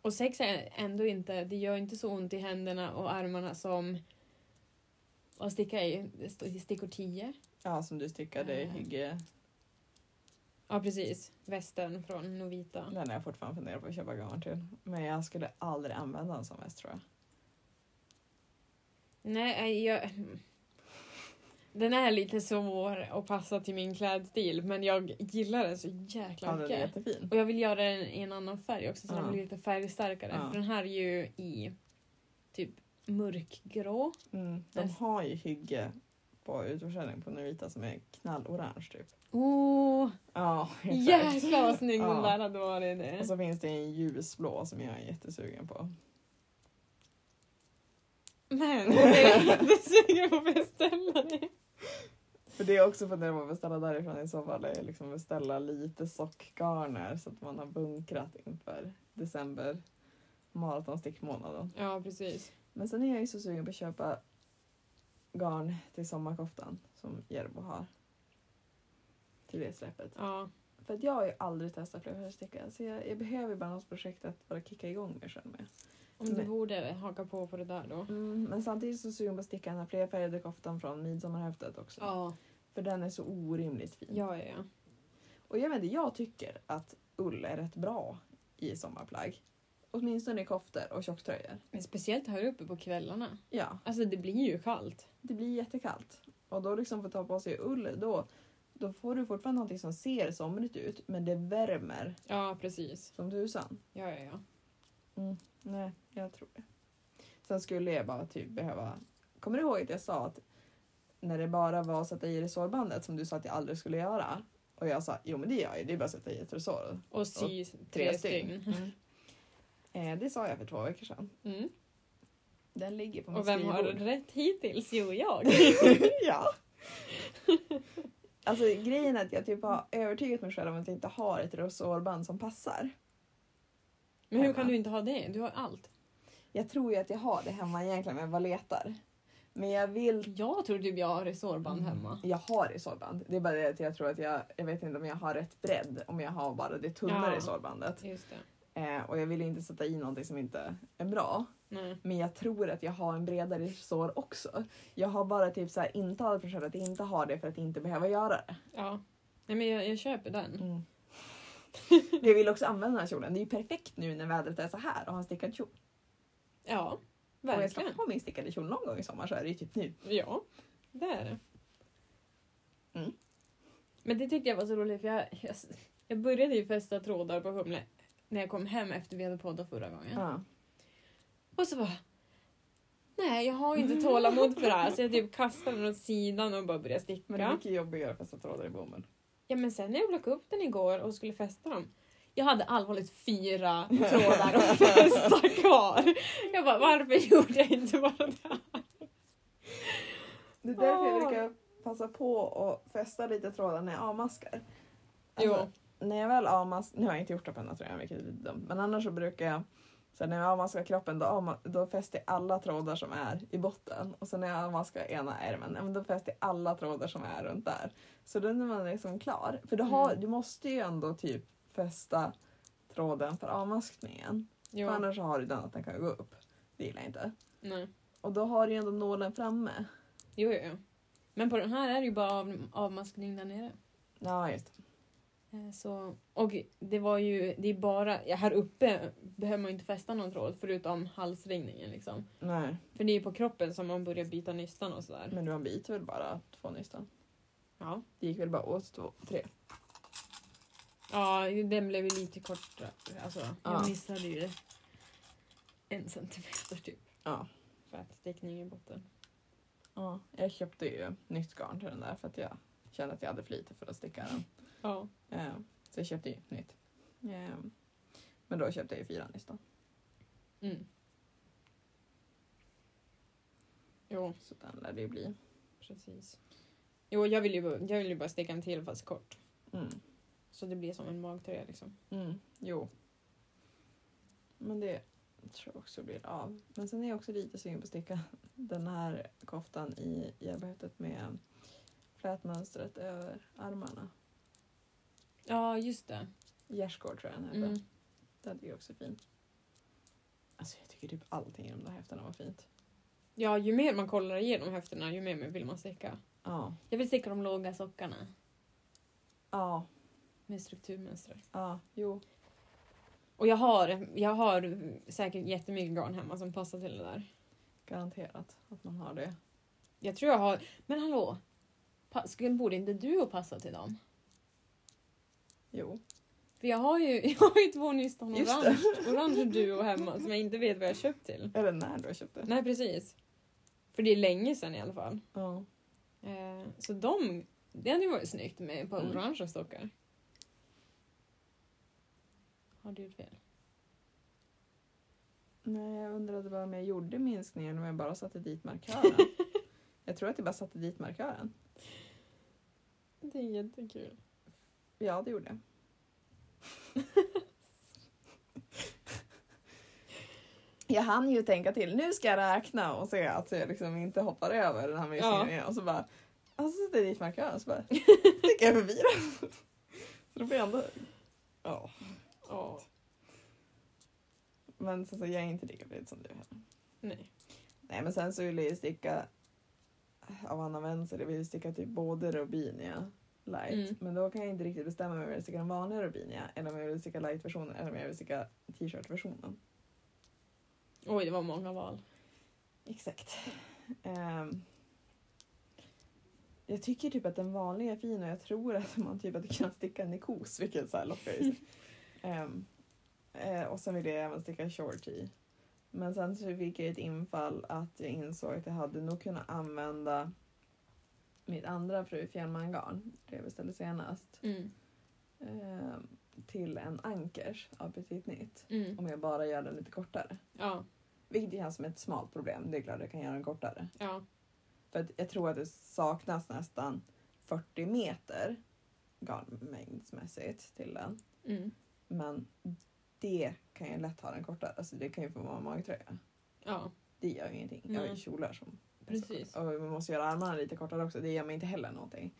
Och sex är ändå inte, det gör inte så ont i händerna och armarna som att sticka i st- stickor 10. Ja, som du stickade i Eh. hygge. Ja, precis. Västen från Novita. Den har jag fortfarande funderat på att köpa garn till. Men jag skulle aldrig använda den som väst tror jag. Nej, eh, jag... Den är lite svår att passa till min klädstil, men jag gillar den så Ja, jäkla den är mycket. jättefin. Och jag vill göra den i en annan färg också, så Ja. den blir lite färgstarkare. Ja. För den här är ju i typ mörkgrå. Mm. De Väst. har ju hygge på utförsäljning på Novita som är knallorange typ. Åh, Ja, (laughs) exakt. jäklar vad snygg Ja. Alltså. den där hade varit. Och så finns det en ljusblå som jag är jättesugen på. (laughs) Men (laughs) jag är jättesugen på att beställa det. För det är också funderar på att beställa därifrån i så fall är liksom beställa lite sockgarner så att man har bunkrat inför december maratonstickmånaden. Ja, precis. Men sen är jag ju så sugen på att köpa garn till sommarkoftan som Jerbo har. Till det släppet. Ja, För att jag har ju aldrig testat flöjtsticka så jag, jag behöver ju bara något projekt att bara kicka igång mig själv med. om du Men- borde haka på på det där då. Mm, men samtidigt så är jag sugen på att sticka den här flerfärgade koftan från midsommarhäftet också. Ja, För den är så orimligt fin. ja, ja. ja. Och jag vet inte, jag tycker att ull är rätt bra i sommarplagg. Åtminstone i koftor och tjocktröjor. Men speciellt här uppe på kvällarna. Ja, Alltså det blir ju kallt. det blir jättekallt. Och då liksom få ta på sig ull, då, då får du fortfarande någonting som ser somrigt ut men det värmer Ja, precis. som tusan. Ja, ja, ja. Nej, jag tror det. Sen skulle jag bara typ behöva... Kommer du ihåg att jag sa att när det bara var att sätta i resårbandet som du sa att jag aldrig skulle göra? Och jag sa, jo men det gör jag ju, det är bara att sätta i ett resår. Mm. Och sy tre stygn. Eh, det sa jag för två veckor sedan. Mm. Den ligger på mitt Och vem har skrivbord. rätt hittills? Jo, (laughs) jag. (laughs) ja. Alltså grejen är att jag typ har övertygat mig själv om att jag inte har ett rosorband som passar. Men hur Hemma. kan du inte ha det? Du har allt. Jag tror ju att jag har det hemma egentligen men jag bara letar. Men jag vill... Mm. Jag tror typ jag har resårband hemma. Jag har resorband. Det är bara det att jag tror att jag... Jag vet inte om jag har rätt bredd. Om jag har bara det tunna Ja. resorbandet. Just det. Eh, och jag vill inte sätta i någonting som inte är bra. Nej. Men jag tror att jag har en bredare sår också. Jag har bara typ så här intalat för mig själv att jag inte har det för att inte behöva göra det. Ja. Nej men jag, jag köper den. Men Mm. jag vill också använda den här kjolen. Det är ju perfekt nu när vädret är så här och har en stickad kjol. Ja. Om jag ska Verkligen. ha min stickade kjol någon gång i sommar så är det ju typ nu. Ja. Det är det. Mm. Men det tyckte jag var så roligt för jag, jag, jag började ju fästa trådar på Humle när jag kom hem efter vi hade poddat förra gången. Ja. Och så bara... Nej, jag har ju inte tålamod för det här. Så jag typ kastar den åt sidan och bara börjar Men det är sticka. mycket jobbigare att fästa trådar i bommen. Ja, men sen när jag plockade upp den igår och skulle fästa dem. Jag hade allvarligt fyra trådar att fästa kvar. Jag bara, varför gjorde jag inte bara det? här? Det är därför jag Ah. brukar passa på att fästa lite trådar när jag avmaskar. Jo. Alltså, när jag väl avmaskar, nu har jag inte gjort upp den här tröjan vilket är lite dumt, men annars så brukar jag så här, när jag avmaskar kroppen då, avma- då fäster jag alla trådar som är i botten och sen när jag avmaskar ena ärmen ja, men då fäster jag alla trådar som är runt där. Så då är man liksom klar. För du, har, Mm. du måste ju ändå typ fästa tråden för avmaskningen. Jo. För annars så har du den att den kan gå upp. Det gillar jag inte. Nej. Och då har du ju ändå nålen framme. Jo, jo, jo. Men på den här är det ju bara av, avmaskning där nere. Ja just det. Eh, Så, och det var ju, det är bara, ja, här uppe behöver man ju inte fästa någon tråd förutom halsringningen liksom. Nej, För det är ju på kroppen som man börjar byta nystan och sådär. men du man biter väl bara två nystan? Ja. Det gick väl bara åt två, tre? Ja, den blev ju lite kortare. Alltså, Ja. Jag missade ju en centimeter typ. Ja. För att stickning i botten. Ja, jag köpte ju nytt garn till den där för att jag kände att jag hade för lite för att sticka den. Ja. Eh, Så jag köpte ju nytt. Eh, Men då köpte jag ju fyra nystan. Mm. Jo, Så den lär det ju bli. precis. Jo, jag vill ju, bara- jag vill ju bara sticka en till fast kort. Mm. Så det blir som en magtröja liksom. Mm. Jo. Men det tror jag också blir av. Men sen är jag också lite sugen på att sticka den här koftan i järnbältet med flätmönstret över armarna. Ja, just det. Gärdsgård tror jag den hette. Mm. Den är ju också fin. Alltså jag tycker typ allting i de där häftarna var fint. Ja, ju mer man kollar igenom höfterna ju mer vill man sticka. Ja. Jag vill sticka de låga sockarna Ja. med strukturmönster. Ja. Jo. Och jag har, jag har säkert jättemycket garn hemma som passar till det där. Garanterat att man har det. Jag tror jag har... Men hallå! Pa, skulle, borde inte du och passa till dem? Jo. För jag har ju, (laughs) jag har ju två nystan Just orange, orange duo hemma som jag inte vet vad jag köpt till. (laughs) Eller när du har köpt det. Nej precis. För det är länge sedan i alla fall. Ja. Eh, så de, det hade ju varit snyggt med ett par Mm. orangea stockar. Har du gjort fel? Nej, jag undrade bara om jag gjorde minskningen om jag bara satte dit markören. (laughs) jag tror att jag bara satte dit markören. Det är jättekul. Ja, det gjorde jag. (laughs) Jag hann ju tänka till, nu ska jag räkna och se att jag liksom inte hoppar över den här minskningen igen. och så bara, alltså sätter jag dit markören så (laughs) bara sticker jag förbi den. Så då får jag ändå, ja. Ja. Men så, så jag är inte lika blöt som du heller. Nej. Nej men sen så ville jag ju sticka av Anna Wenzel, jag ville ju sticka typ både Robinia light. Mm. Men då kan jag inte riktigt bestämma om jag vill sticka den vanliga Robinia eller om jag vill sticka light-versionen eller om jag vill sticka t-shirt-versionen. Oj, det var många val. Exakt. Ehm, jag tycker typ att den vanliga är fin och jag tror att man typ hade kunnat sticka en i kos vilket så här lockar i sig. Ehm, eh, och sen ville jag även sticka short i. Men sen så fick jag ett infall att jag insåg att jag hade nog kunnat använda mitt andra Fru Fjällman-garn, det jag beställde senast, Mm. ehm, till en ankers av Petit Nytt. Mm. Om jag bara gör den lite kortare. Ja. Vilket känns som ett smalt problem, det är klart jag kan göra den kortare. Ja. För att jag tror att det saknas nästan 40 meter garnmängdsmässigt till den. Mm. Men det kan jag lätt ha den kortare. Alltså det kan ju få vara en magtröja. Ja. Det gör ju ingenting. Jag har ju Nej. kjolar som... Precis. Och man måste göra armarna lite kortare också. Det gör mig inte heller någonting.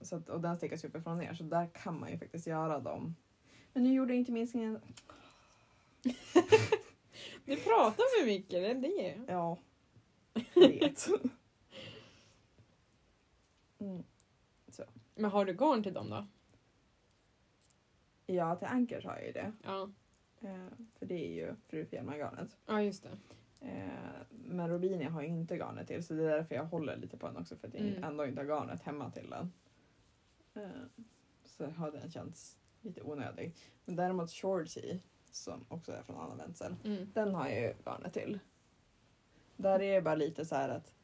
Så att, och den stickas ju uppifrån och ner så där kan man ju faktiskt göra dem. Men nu gjorde jag inte minskningen. Du pratar för mycket, det är det. (laughs) Ja, jag vet. mm. Men har du garn till dem då? Ja, till ankers har jag ju det. Ja, Eh, för det är ju fru Fjällman-garnet. ja just det. Eh, men Robinia har ju inte garnet till så det är därför jag håller lite på den också för att jag Mm. ändå inte har garnet hemma till den. Eh, så har den känts lite onödig. Men däremot Shorty som också är från Anna Wenzel, Mm. den har jag ju garnet till. Där är det bara lite så här att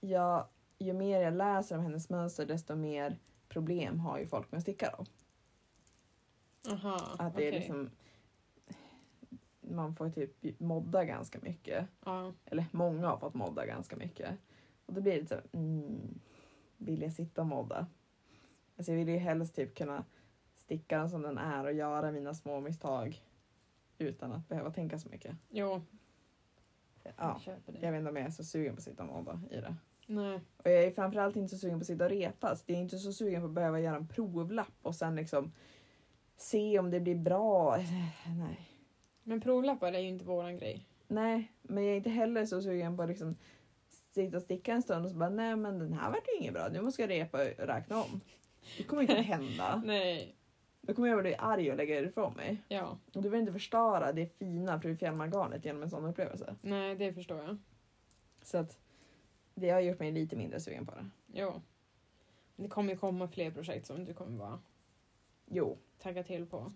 ja, ju mer jag läser om hennes mönster desto mer problem har ju folk med att sticka dem. Aha, Att det är okej. liksom man får typ modda ganska mycket. Ja, Eller många har fått modda ganska mycket. Och då blir det så här, mm, vill jag sitta och modda? Alltså jag vill ju helst typ kunna sticka den som den är och göra mina små misstag utan att behöva tänka så mycket. Jo. Ja, Jag köper det. jag vet inte om jag är så sugen på att sitta och mobba i det. Nej. Och jag är framförallt inte så sugen på att sitta och repas. Det är inte så sugen på att behöva göra en provlapp och sen liksom se om det blir bra. Nej. Men provlappar är ju inte våran grej. Nej, men jag är inte heller så sugen på att liksom sitta och sticka en stund och så bara nej men den här vart ju inget bra, nu måste jag repa och räkna om. Det kommer (laughs) inte att hända. Nej. Då kommer jag bli arg och lägga det ifrån mig. Ja. Och du vill inte förstöra det fina fru Fjällman-garnet genom en sån upplevelse. Nej, det förstår jag. Så att det har gjort mig lite mindre sugen på det. Jo. Det kommer ju komma fler projekt som du kommer vara Jo, taggad till på.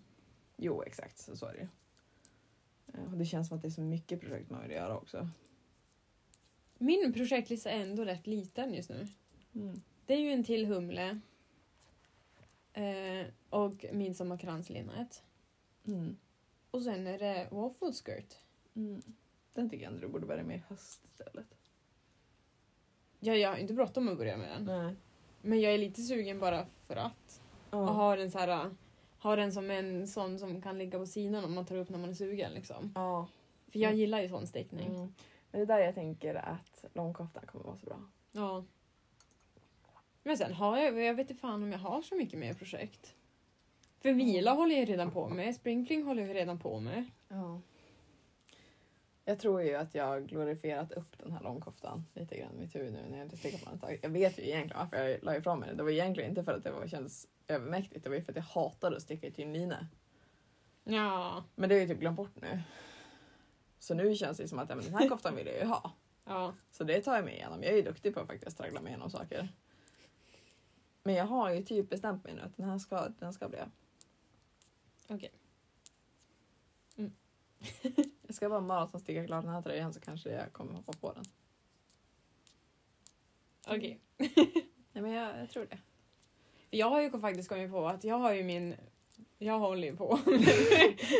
jo exakt så, så är det ju. Eh, Och det känns som att det är så mycket projekt man vill göra också. Min projektlista är ändå rätt liten just nu. Mm, Det är ju en till humle. Eh, och midsommarkranslinnet. Mm. Och sen är det waffle skirt. Mm. Den tycker jag ändå du borde börja med i höst istället. Ja, jag har inte bråttom att börja med den. Nej. Men jag är lite sugen bara för att. Ja. Och har den så här... Har den som en sån som kan ligga på sidan om man tar upp när man är sugen liksom. Ja. För jag gillar ju sån stickning. Mm. Men det är där jag tänker att långkoftan kommer vara så bra. Ja. Men sen har jag, jag vet inte fan om jag har så mycket mer projekt. För vila Mm. håller jag ju redan på med, springfling håller jag ju redan på med. Ja. Jag tror ju att jag har glorifierat upp den här långkoftan lite grann i mitt huvud nu när jag inte stickat på den ett tag. Jag vet ju egentligen varför jag la ifrån mig den. Det var egentligen inte för att det var, kändes övermäktigt. Det var ju för att jag hatade att sticka i tynn lina. Ja. Men det har jag ju typ glömt bort nu. Så nu känns det som att ja, men den (laughs) här koftan vill jag ju ha. Ja. Så det tar jag mig igenom. Jag är ju duktig på att faktiskt traggla mig igenom saker. Men jag har ju typ bestämt mig nu att den här ska, den ska bli av. Okej. Mm. jag ska bara maratonsticka klart den här tröjan så kanske jag kommer hoppa på den. Okej. Nej men jag, jag tror det. (laughs) Jag har ju faktiskt kommit på att jag har ju min... Jag håller ju på. (laughs)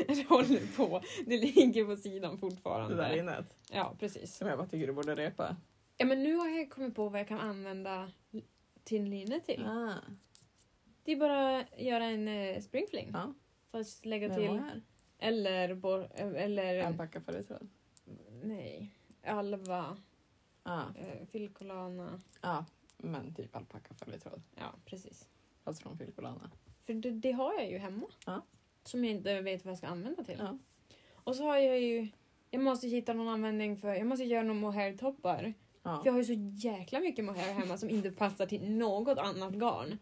jag håller på. Det ligger på sidan Det där fortfarande. innet Ja, precis. som jag bara tycker du borde repa. Ja, men nu har jag kommit på vad jag kan använda tinnline till. Ah. Det är bara att göra en eh, springfling. Ja. Fast lägga Men vad till... här? Eller... Bor, eller Alpacka förutråd. Nej. Alva, Ja, eh, filcolana. Ah, ja, men typ alpacka förutråd. Ja, precis. Fast från Filipolana. För det, det har jag ju hemma. Ja. Som jag inte vet vad jag ska använda till. Ja. Och så har jag ju... Jag måste hitta någon användning för... Jag måste göra några mohair-toppar. För jag Ja. har ju så jäkla mycket mohair hemma som inte passar till något annat garn.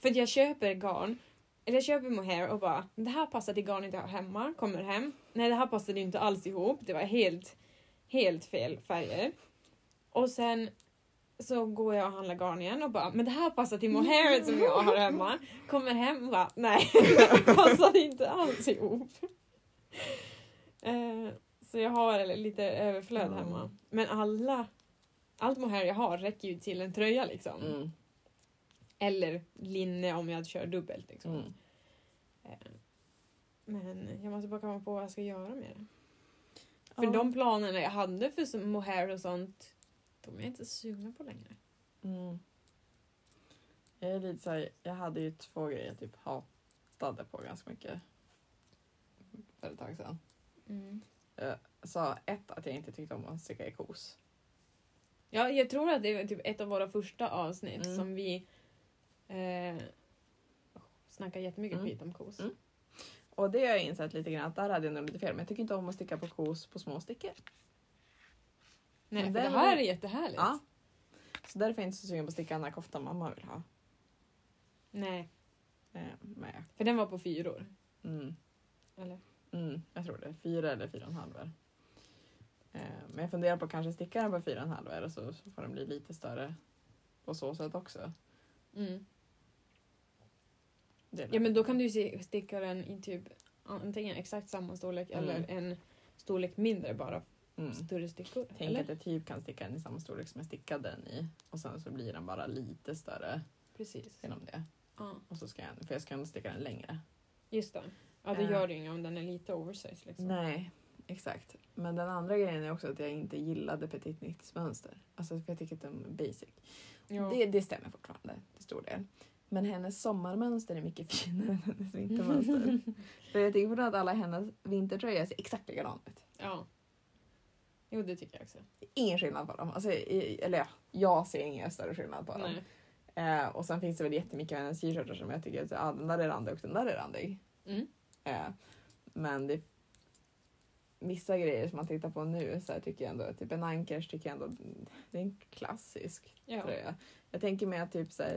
För att jag köper garn, eller jag köper mohair och bara det här passar till garnet jag har hemma, kommer hem. Nej det här passade ju inte alls ihop, det var helt, helt fel färger. Och sen så går jag och handlar garn igen och bara men det här passar till mohair som jag har hemma. Kommer hem och bara nej, (laughs) det passar inte alls ihop. Eh, så jag har lite överflöd Mm. hemma. Men alla allt mohair jag har räcker ju till en tröja liksom. Mm. Eller linne om jag kör dubbelt. Liksom. Mm. Eh, Men jag måste bara komma på vad jag ska göra med det. För Ja. de planerna jag hade för som mohair och sånt, de är jag inte sugna på längre. Mm. Jag är lite så här, jag hade ju två grejer jag typ hatade på ganska mycket för ett tag sedan. Mm. Så ett, att jag inte tyckte om att sticka i kos. Ja, jag tror att det var typ ett av våra första avsnitt Mm. som vi eh, snackar jättemycket Mm. skit om kos. Mm. Och det har jag insett lite grann att där hade jag nog lite fel. Men jag tycker inte om att sticka på kos på små stickor. Nej, Men för det den- här är jättehärligt. Ja. Så därför är jag inte så sugen på att sticka den här koftan mamma vill ha. Nej, Eh, Med. för den var på fyror. Mm. Eller? Mm, jag tror det. Fyra eller fyra och en halv är. Eh, Men jag funderar på att kanske sticka den på fyra och en halv är och så, så får den bli lite större på så sätt också. Mm. Det är Ja men då kan du ju se- sticka den i typ antingen exakt samma storlek Mm. eller en storlek mindre bara Mm. större stickor. Tänk eller? att jag typ kan sticka den i samma storlek som jag stickade den i. Och sen så blir den bara lite större Precis. genom det. Ja, Och så ska jag, för jag ska ändå sticka den längre. just det. Ja det Ja. gör det ju inget om den är lite oversized liksom. Eh. Nej, Exakt. Men den andra grejen är också att jag inte gillade petit nits mönster. Alltså för jag tycker att de är basic. Ja. Det, det stämmer fortfarande till stor del. Men hennes sommarmönster är mycket (laughs) finare än hennes (laughs) vintermönster. för jag tycker fortfarande att alla hennes vintertröjor ser exakt likadana ut. ja. Jo, det tycker jag också. Det är Ingen skillnad på dem. Alltså, i- eller ja, jag ser ingen större skillnad på dem. Nej. Eh, och sen finns det väl jättemycket av hennes t-shirtar som jag tycker att ah, den där är randig och den där är randig. Mm. Eh, men det vissa grejer som man tittar på nu så här tycker jag ändå, typ en ankers tycker jag ändå det är en klassisk Ja. tröja. Jag tänker mer typ så här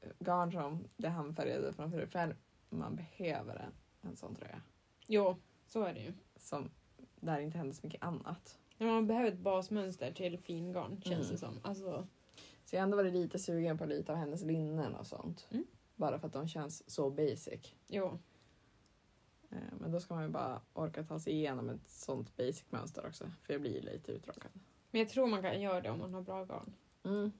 ett garn som det handfärgade från förut, för man behöver en, en sån tröja. Jo, så är det ju. Som, där inte händer så mycket annat. Ja, Man behöver ett basmönster till fingarn känns Mm. det som. Alltså, Så jag har ändå varit lite sugen på lite av hennes linnen och sånt. Mm. Bara för att de känns så basic. jo. Eh, Men då ska man ju bara orka ta sig igenom ett sånt basic mönster också. För jag blir lite uttråkad. Men jag tror man kan göra det om man har bra garn. Mm.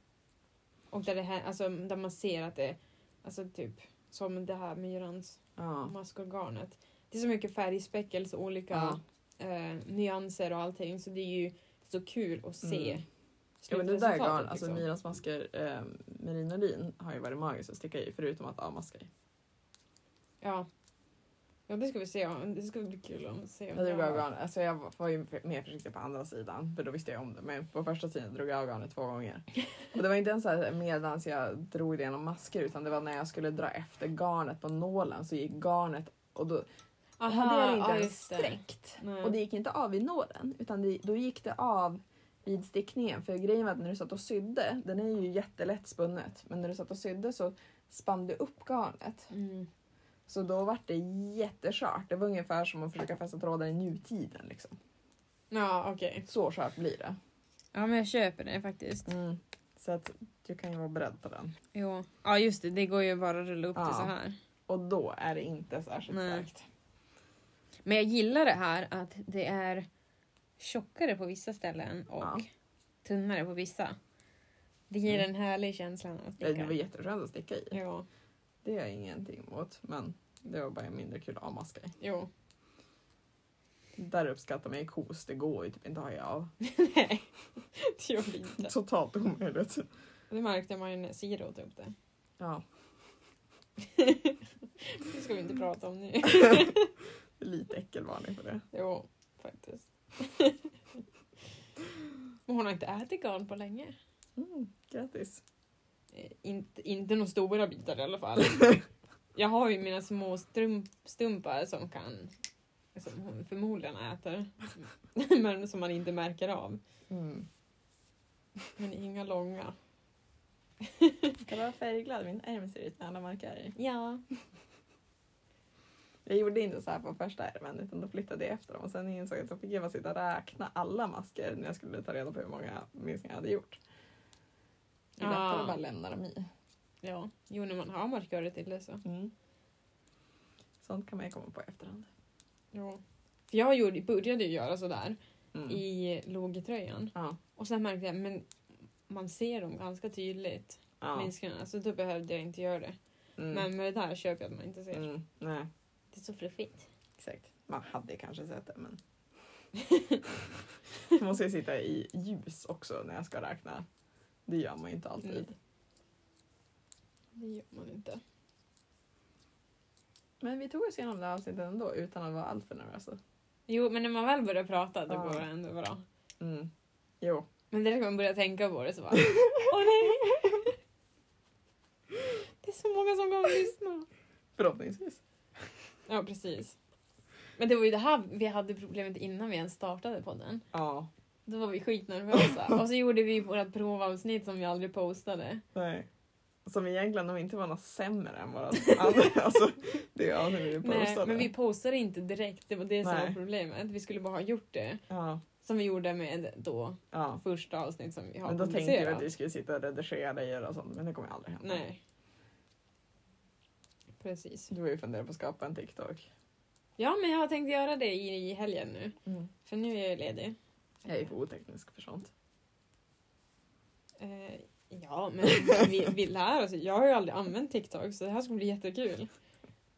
Och där, det här, alltså, där man ser att det alltså typ som det här myrans Ja. maskorganet. Det är så mycket färgspäckels och olika eh, nyanser och allting så det är ju så kul att se Mm. Ja, men det där garn, slutresultatet, alltså liksom. Myrans masker, eh, merinolin har ju varit magiskt att sticka i förutom att avmaska i. Ja. ja, det ska vi se. om- Det ska bli kul att se. om Jag drog jag- av garn, alltså jag var ju mer försiktig på andra sidan för då visste jag om det. Men på första sidan drog jag av garnet två (laughs) gånger. Och det var inte ens så här medans jag drog det genom masker utan det var när jag skulle dra efter garnet på nålen så gick garnet och då Aha, hade jag inte ja, ens just det. Mm. sträckt. Nej. Och det gick inte av vid nålen utan det, då gick det av vid stickningen. För grejen var att när du satt och sydde, den är ju jättelätt spunnet, men när du satt och sydde så spann du upp garnet. Mm. Så då var det jätteskört. Det var ungefär som att försöka fästa trådar i nutiden. Liksom. Ja, okej. Så skört blir det. Mm. Ja, men jag köper det faktiskt. Så att du kan ju vara beredd på den. Jo. Ja, just det. Det går ju bara att rulla upp Ja. det så här. Och då är det inte särskilt Nej. starkt. Men jag gillar det här att det är tjockare på vissa ställen och Ja. tunnare på vissa. Det ger Mm. en härlig känsla att Det, det sticka. var jätteskönt att sticka i. Jo, Det har jag ingenting emot. Men det var bara mindre kul att avmaska i. jo. (laughs) Där uppskattar man ju kos. Det går ju typ inte att ha i av. Nej, det gör vi inte. Totalt omöjligt. Det märkte man ju när Siro tog upp det. Ja, (laughs) Det ska vi inte prata (laughs) om nu. lite äckelvarning för det. Jo, faktiskt. (laughs) Men hon har inte ätit garn på länge. Mm, grattis. Eh, Inte, inte några stora bitar i (laughs) alla fall. Jag har ju mina små strump, stumpar som kan som hon förmodligen äter. (laughs) Men som man inte märker av. Mm. Men inga långa. Kan vara färgglad. Min ärm ser ut med alla markörer. Ja. Jag gjorde inte så här på första ärmen utan då flyttade jag efter dem och sen insåg jag att då fick jag bara sitta och räkna alla masker när jag skulle ta reda på hur många minskningar jag hade gjort. Det är lättare Ah. att bara lämna dem i. ja. Jo, när man har markörer till det så. Mm. Sånt kan man ju komma på i efterhand. Ja. För jag gjorde, började ju göra sådär Mm. i logetröjan. Ja. Och sen märkte jag men man ser dem ganska tydligt. Ja. Minskningarna. Så då behövde jag inte göra det. Mm. Men med det där köper jag att man inte ser. Mm. Nej, Det är så fluffigt. exakt. Man hade kanske sett det (laughs) men... Man måste ju sitta i ljus också när jag ska räkna. Det gör man ju inte alltid. Mm. Det gör man inte. Men vi tog oss igenom det här avsnittet ändå utan att vara alltför nervösa. Jo, men när man väl börjar prata då Ja. går det ändå bra. Mm. Jo. Men direkt när man börjar tänka på det (laughs) så bara... Åh nej! (laughs) Det är så många som kommer att lyssna. Förhoppningsvis. Ja, precis. Men det var ju det här vi hade problemet innan vi ens startade podden. Ja. Då var (laughs) vi skitnervösa. Och så gjorde vi vårt provavsnitt som vi aldrig postade. Nej. Som egentligen nog inte var något sämre än våra (laughs) andra. alltså, det är ju vi Nej, postade. men vi postade inte direkt. Det var det som Nej. var problemet. Vi skulle bara ha gjort det. Ja. Som vi gjorde med då ja. första avsnitt som vi har Men då tänkte jag publicerat. att vi skulle sitta och redigera och göra sånt, men det kommer aldrig hända. Nej. Precis. Du har ju funderat på att skapa en TikTok. Ja, men jag har tänkt göra det i, i helgen nu. För nu är jag ju ledig. Jag är ju för oteknisk för sånt. Eh, ja, men vi, vi lär oss. Jag har ju aldrig använt TikTok så det här ska bli jättekul.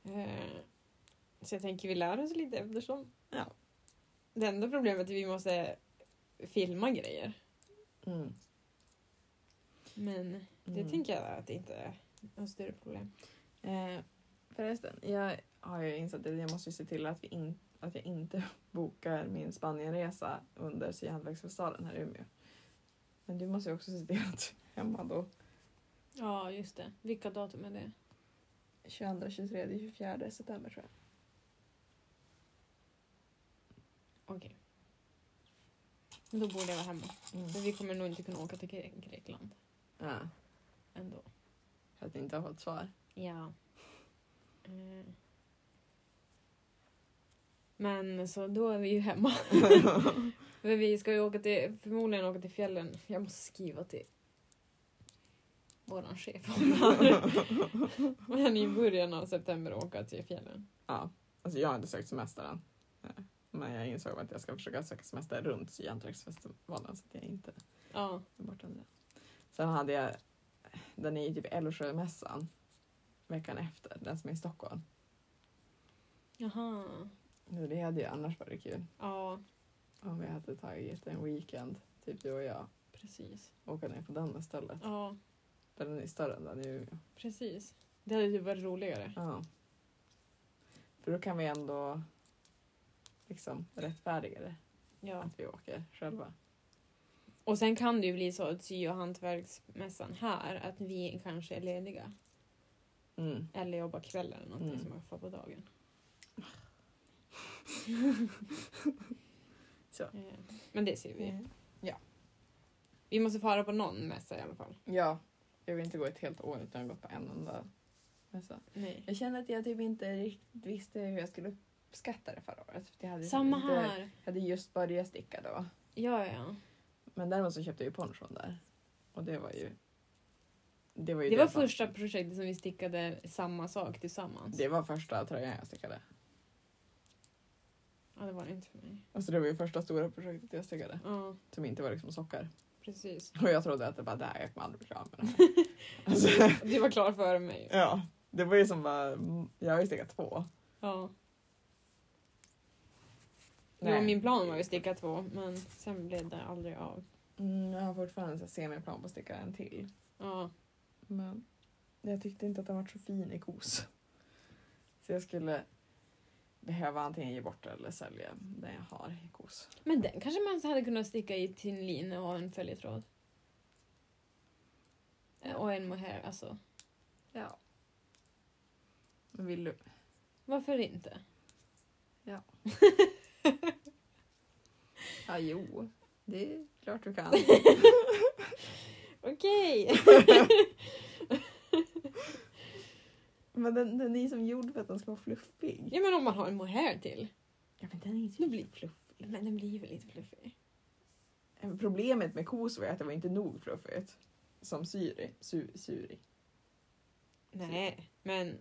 Eh, så jag tänker vi lär oss lite eftersom. Ja. Det enda problemet är att vi måste filma grejer. Mm. Men det Mm. tänker jag att det inte är något större problem. Eh, förresten, jag har ju insett att jag måste ju se till att, vi in, att jag inte (laughs) bokar min Spanienresa under Sy hantverksfestivalen här i Umeå. Men du måste ju också se till att du är hemma då. Ja, just det. Vilka datum är det? 22, 23, 24 september tror jag. Okej. Då borde jag vara hemma. För Mm. vi kommer nog inte kunna åka till Gre- Grekland Ja, ändå. för att jag inte har fått svar. Ja. Eh. Men så då är vi ju (laughs) hemma. För vi ska ju åka till, förmodligen åka till fjällen. Jag måste skriva till våran (laughs) chef om det här. Men i början av september åka till fjällen. Ja, alltså jag har inte sökt semester än. Eh, Men jag insåg att jag ska försöka söka semester runt Sy hantverksfestivalen så att jag inte Ja. är borta under den. Sen hade jag, den är ju typ Älvsjömässan veckan efter, den som är i Stockholm. Jaha. Nu, Det hade ju annars varit kul Ja, om vi hade tagit en weekend, typ du och jag, precis. och åka ner på den istället. Ja, För den är större än den i Umeå. precis. Det hade ju varit roligare. Ja. För då kan vi ändå liksom rättfärdiga det, Ja. att vi åker själva. Och sen kan det ju bli så att sy och hantverksmässan här, att vi kanske är lediga. Mm. Eller jobbar kvällen eller någonting Mm. som man får på dagen. (laughs) Så. Eh, Men det ser vi. Mm. Vi måste fara på någon mässa i alla fall. Ja, jag vill inte gå ett helt år utan att gå på en enda mässa. Nej. Jag kände att jag typ inte riktigt visste hur jag skulle uppskatta det förra året. För jag hade typ Samma inte, här. Jag hade just börjat sticka då. Ja, ja, ja. Men däremot så köpte jag ju ponchon där. Och det var ju... Det var, ju Det var som- första projektet som vi stickade samma sak tillsammans. Det var första tröjan jag stickade. Ja, det var det inte för mig. Alltså det var ju första stora projektet jag stickade. Ja, Som inte var liksom sockar. (laughs) precis. Och jag trodde att det bara, det här, jag kommer aldrig bli klar (laughs) med det här. alltså, Du var klar före mig. ja. Det var ju som bara, jag har ju stickat två. Ja. Nej. Jo, min plan var ju att sticka två, men sen blev det aldrig av. Mm, jag har fortfarande så här semiplan på att sticka en till. Ja, Men jag tyckte inte att den var så fin i kos. Så jag skulle behöva antingen ge bort eller sälja den jag har i kos. Men den kanske man hade kunnat sticka i till linne och ha en följetråd. Eh, Och en mohair, alltså. Ja. Vill du? Varför inte? Ja, jo. Det är klart du kan. (laughs) Okej! (laughs) Men den, den är ju som gjord för att den ska vara fluffig. ja men om man har en mohair till. Ja, men den är typ Nu inte blir- fluffig. Men den blir väl lite fluffig? Problemet med kos var ju att det var inte nog fluffigt. Som syri. Su, syri. Nej, men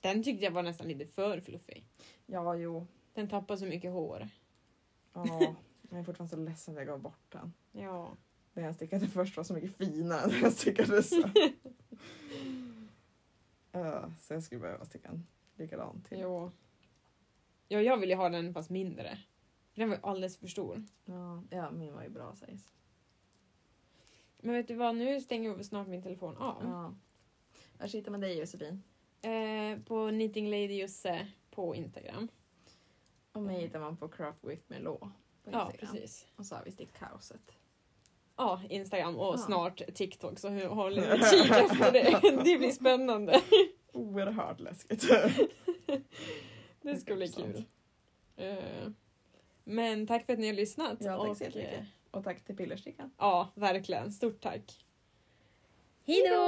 den tyckte jag var nästan lite för fluffig. Ja, jo. Den tappar så mycket hår. Ja. (laughs) Jag är fortfarande så ledsen att jag gav bort den. Ja. Den jag stickade först var så mycket finare än den jag stickade (laughs) sen. uh, så jag skulle behöva sticka en likadan till. Jo. Ja, jag ville ju ha den fast mindre. Den var ju alldeles för stor. Ja, ja, min var ju bra sägs. Men vet du vad, nu stänger snart min telefon av. Ja. Var sitter man dig Josefin? Eh, på Knitting Lady Josse på Instagram. Och mig hittar man på Craft with Melo på Instagram. Ja, precis. Och så har vi stickkaoset. Ja, Instagram och Ja. snart TikTok så (laughs) håll utkik efter det. (laughs) Det blir spännande. Oerhört läskigt. (laughs) Det ska bli Sant. kul. Eh, men tack för att ni har lyssnat. Ja, tack så Och, jättemycket. eh, Och tack till Pillerstickan. Ja, verkligen. Stort tack. Hej då!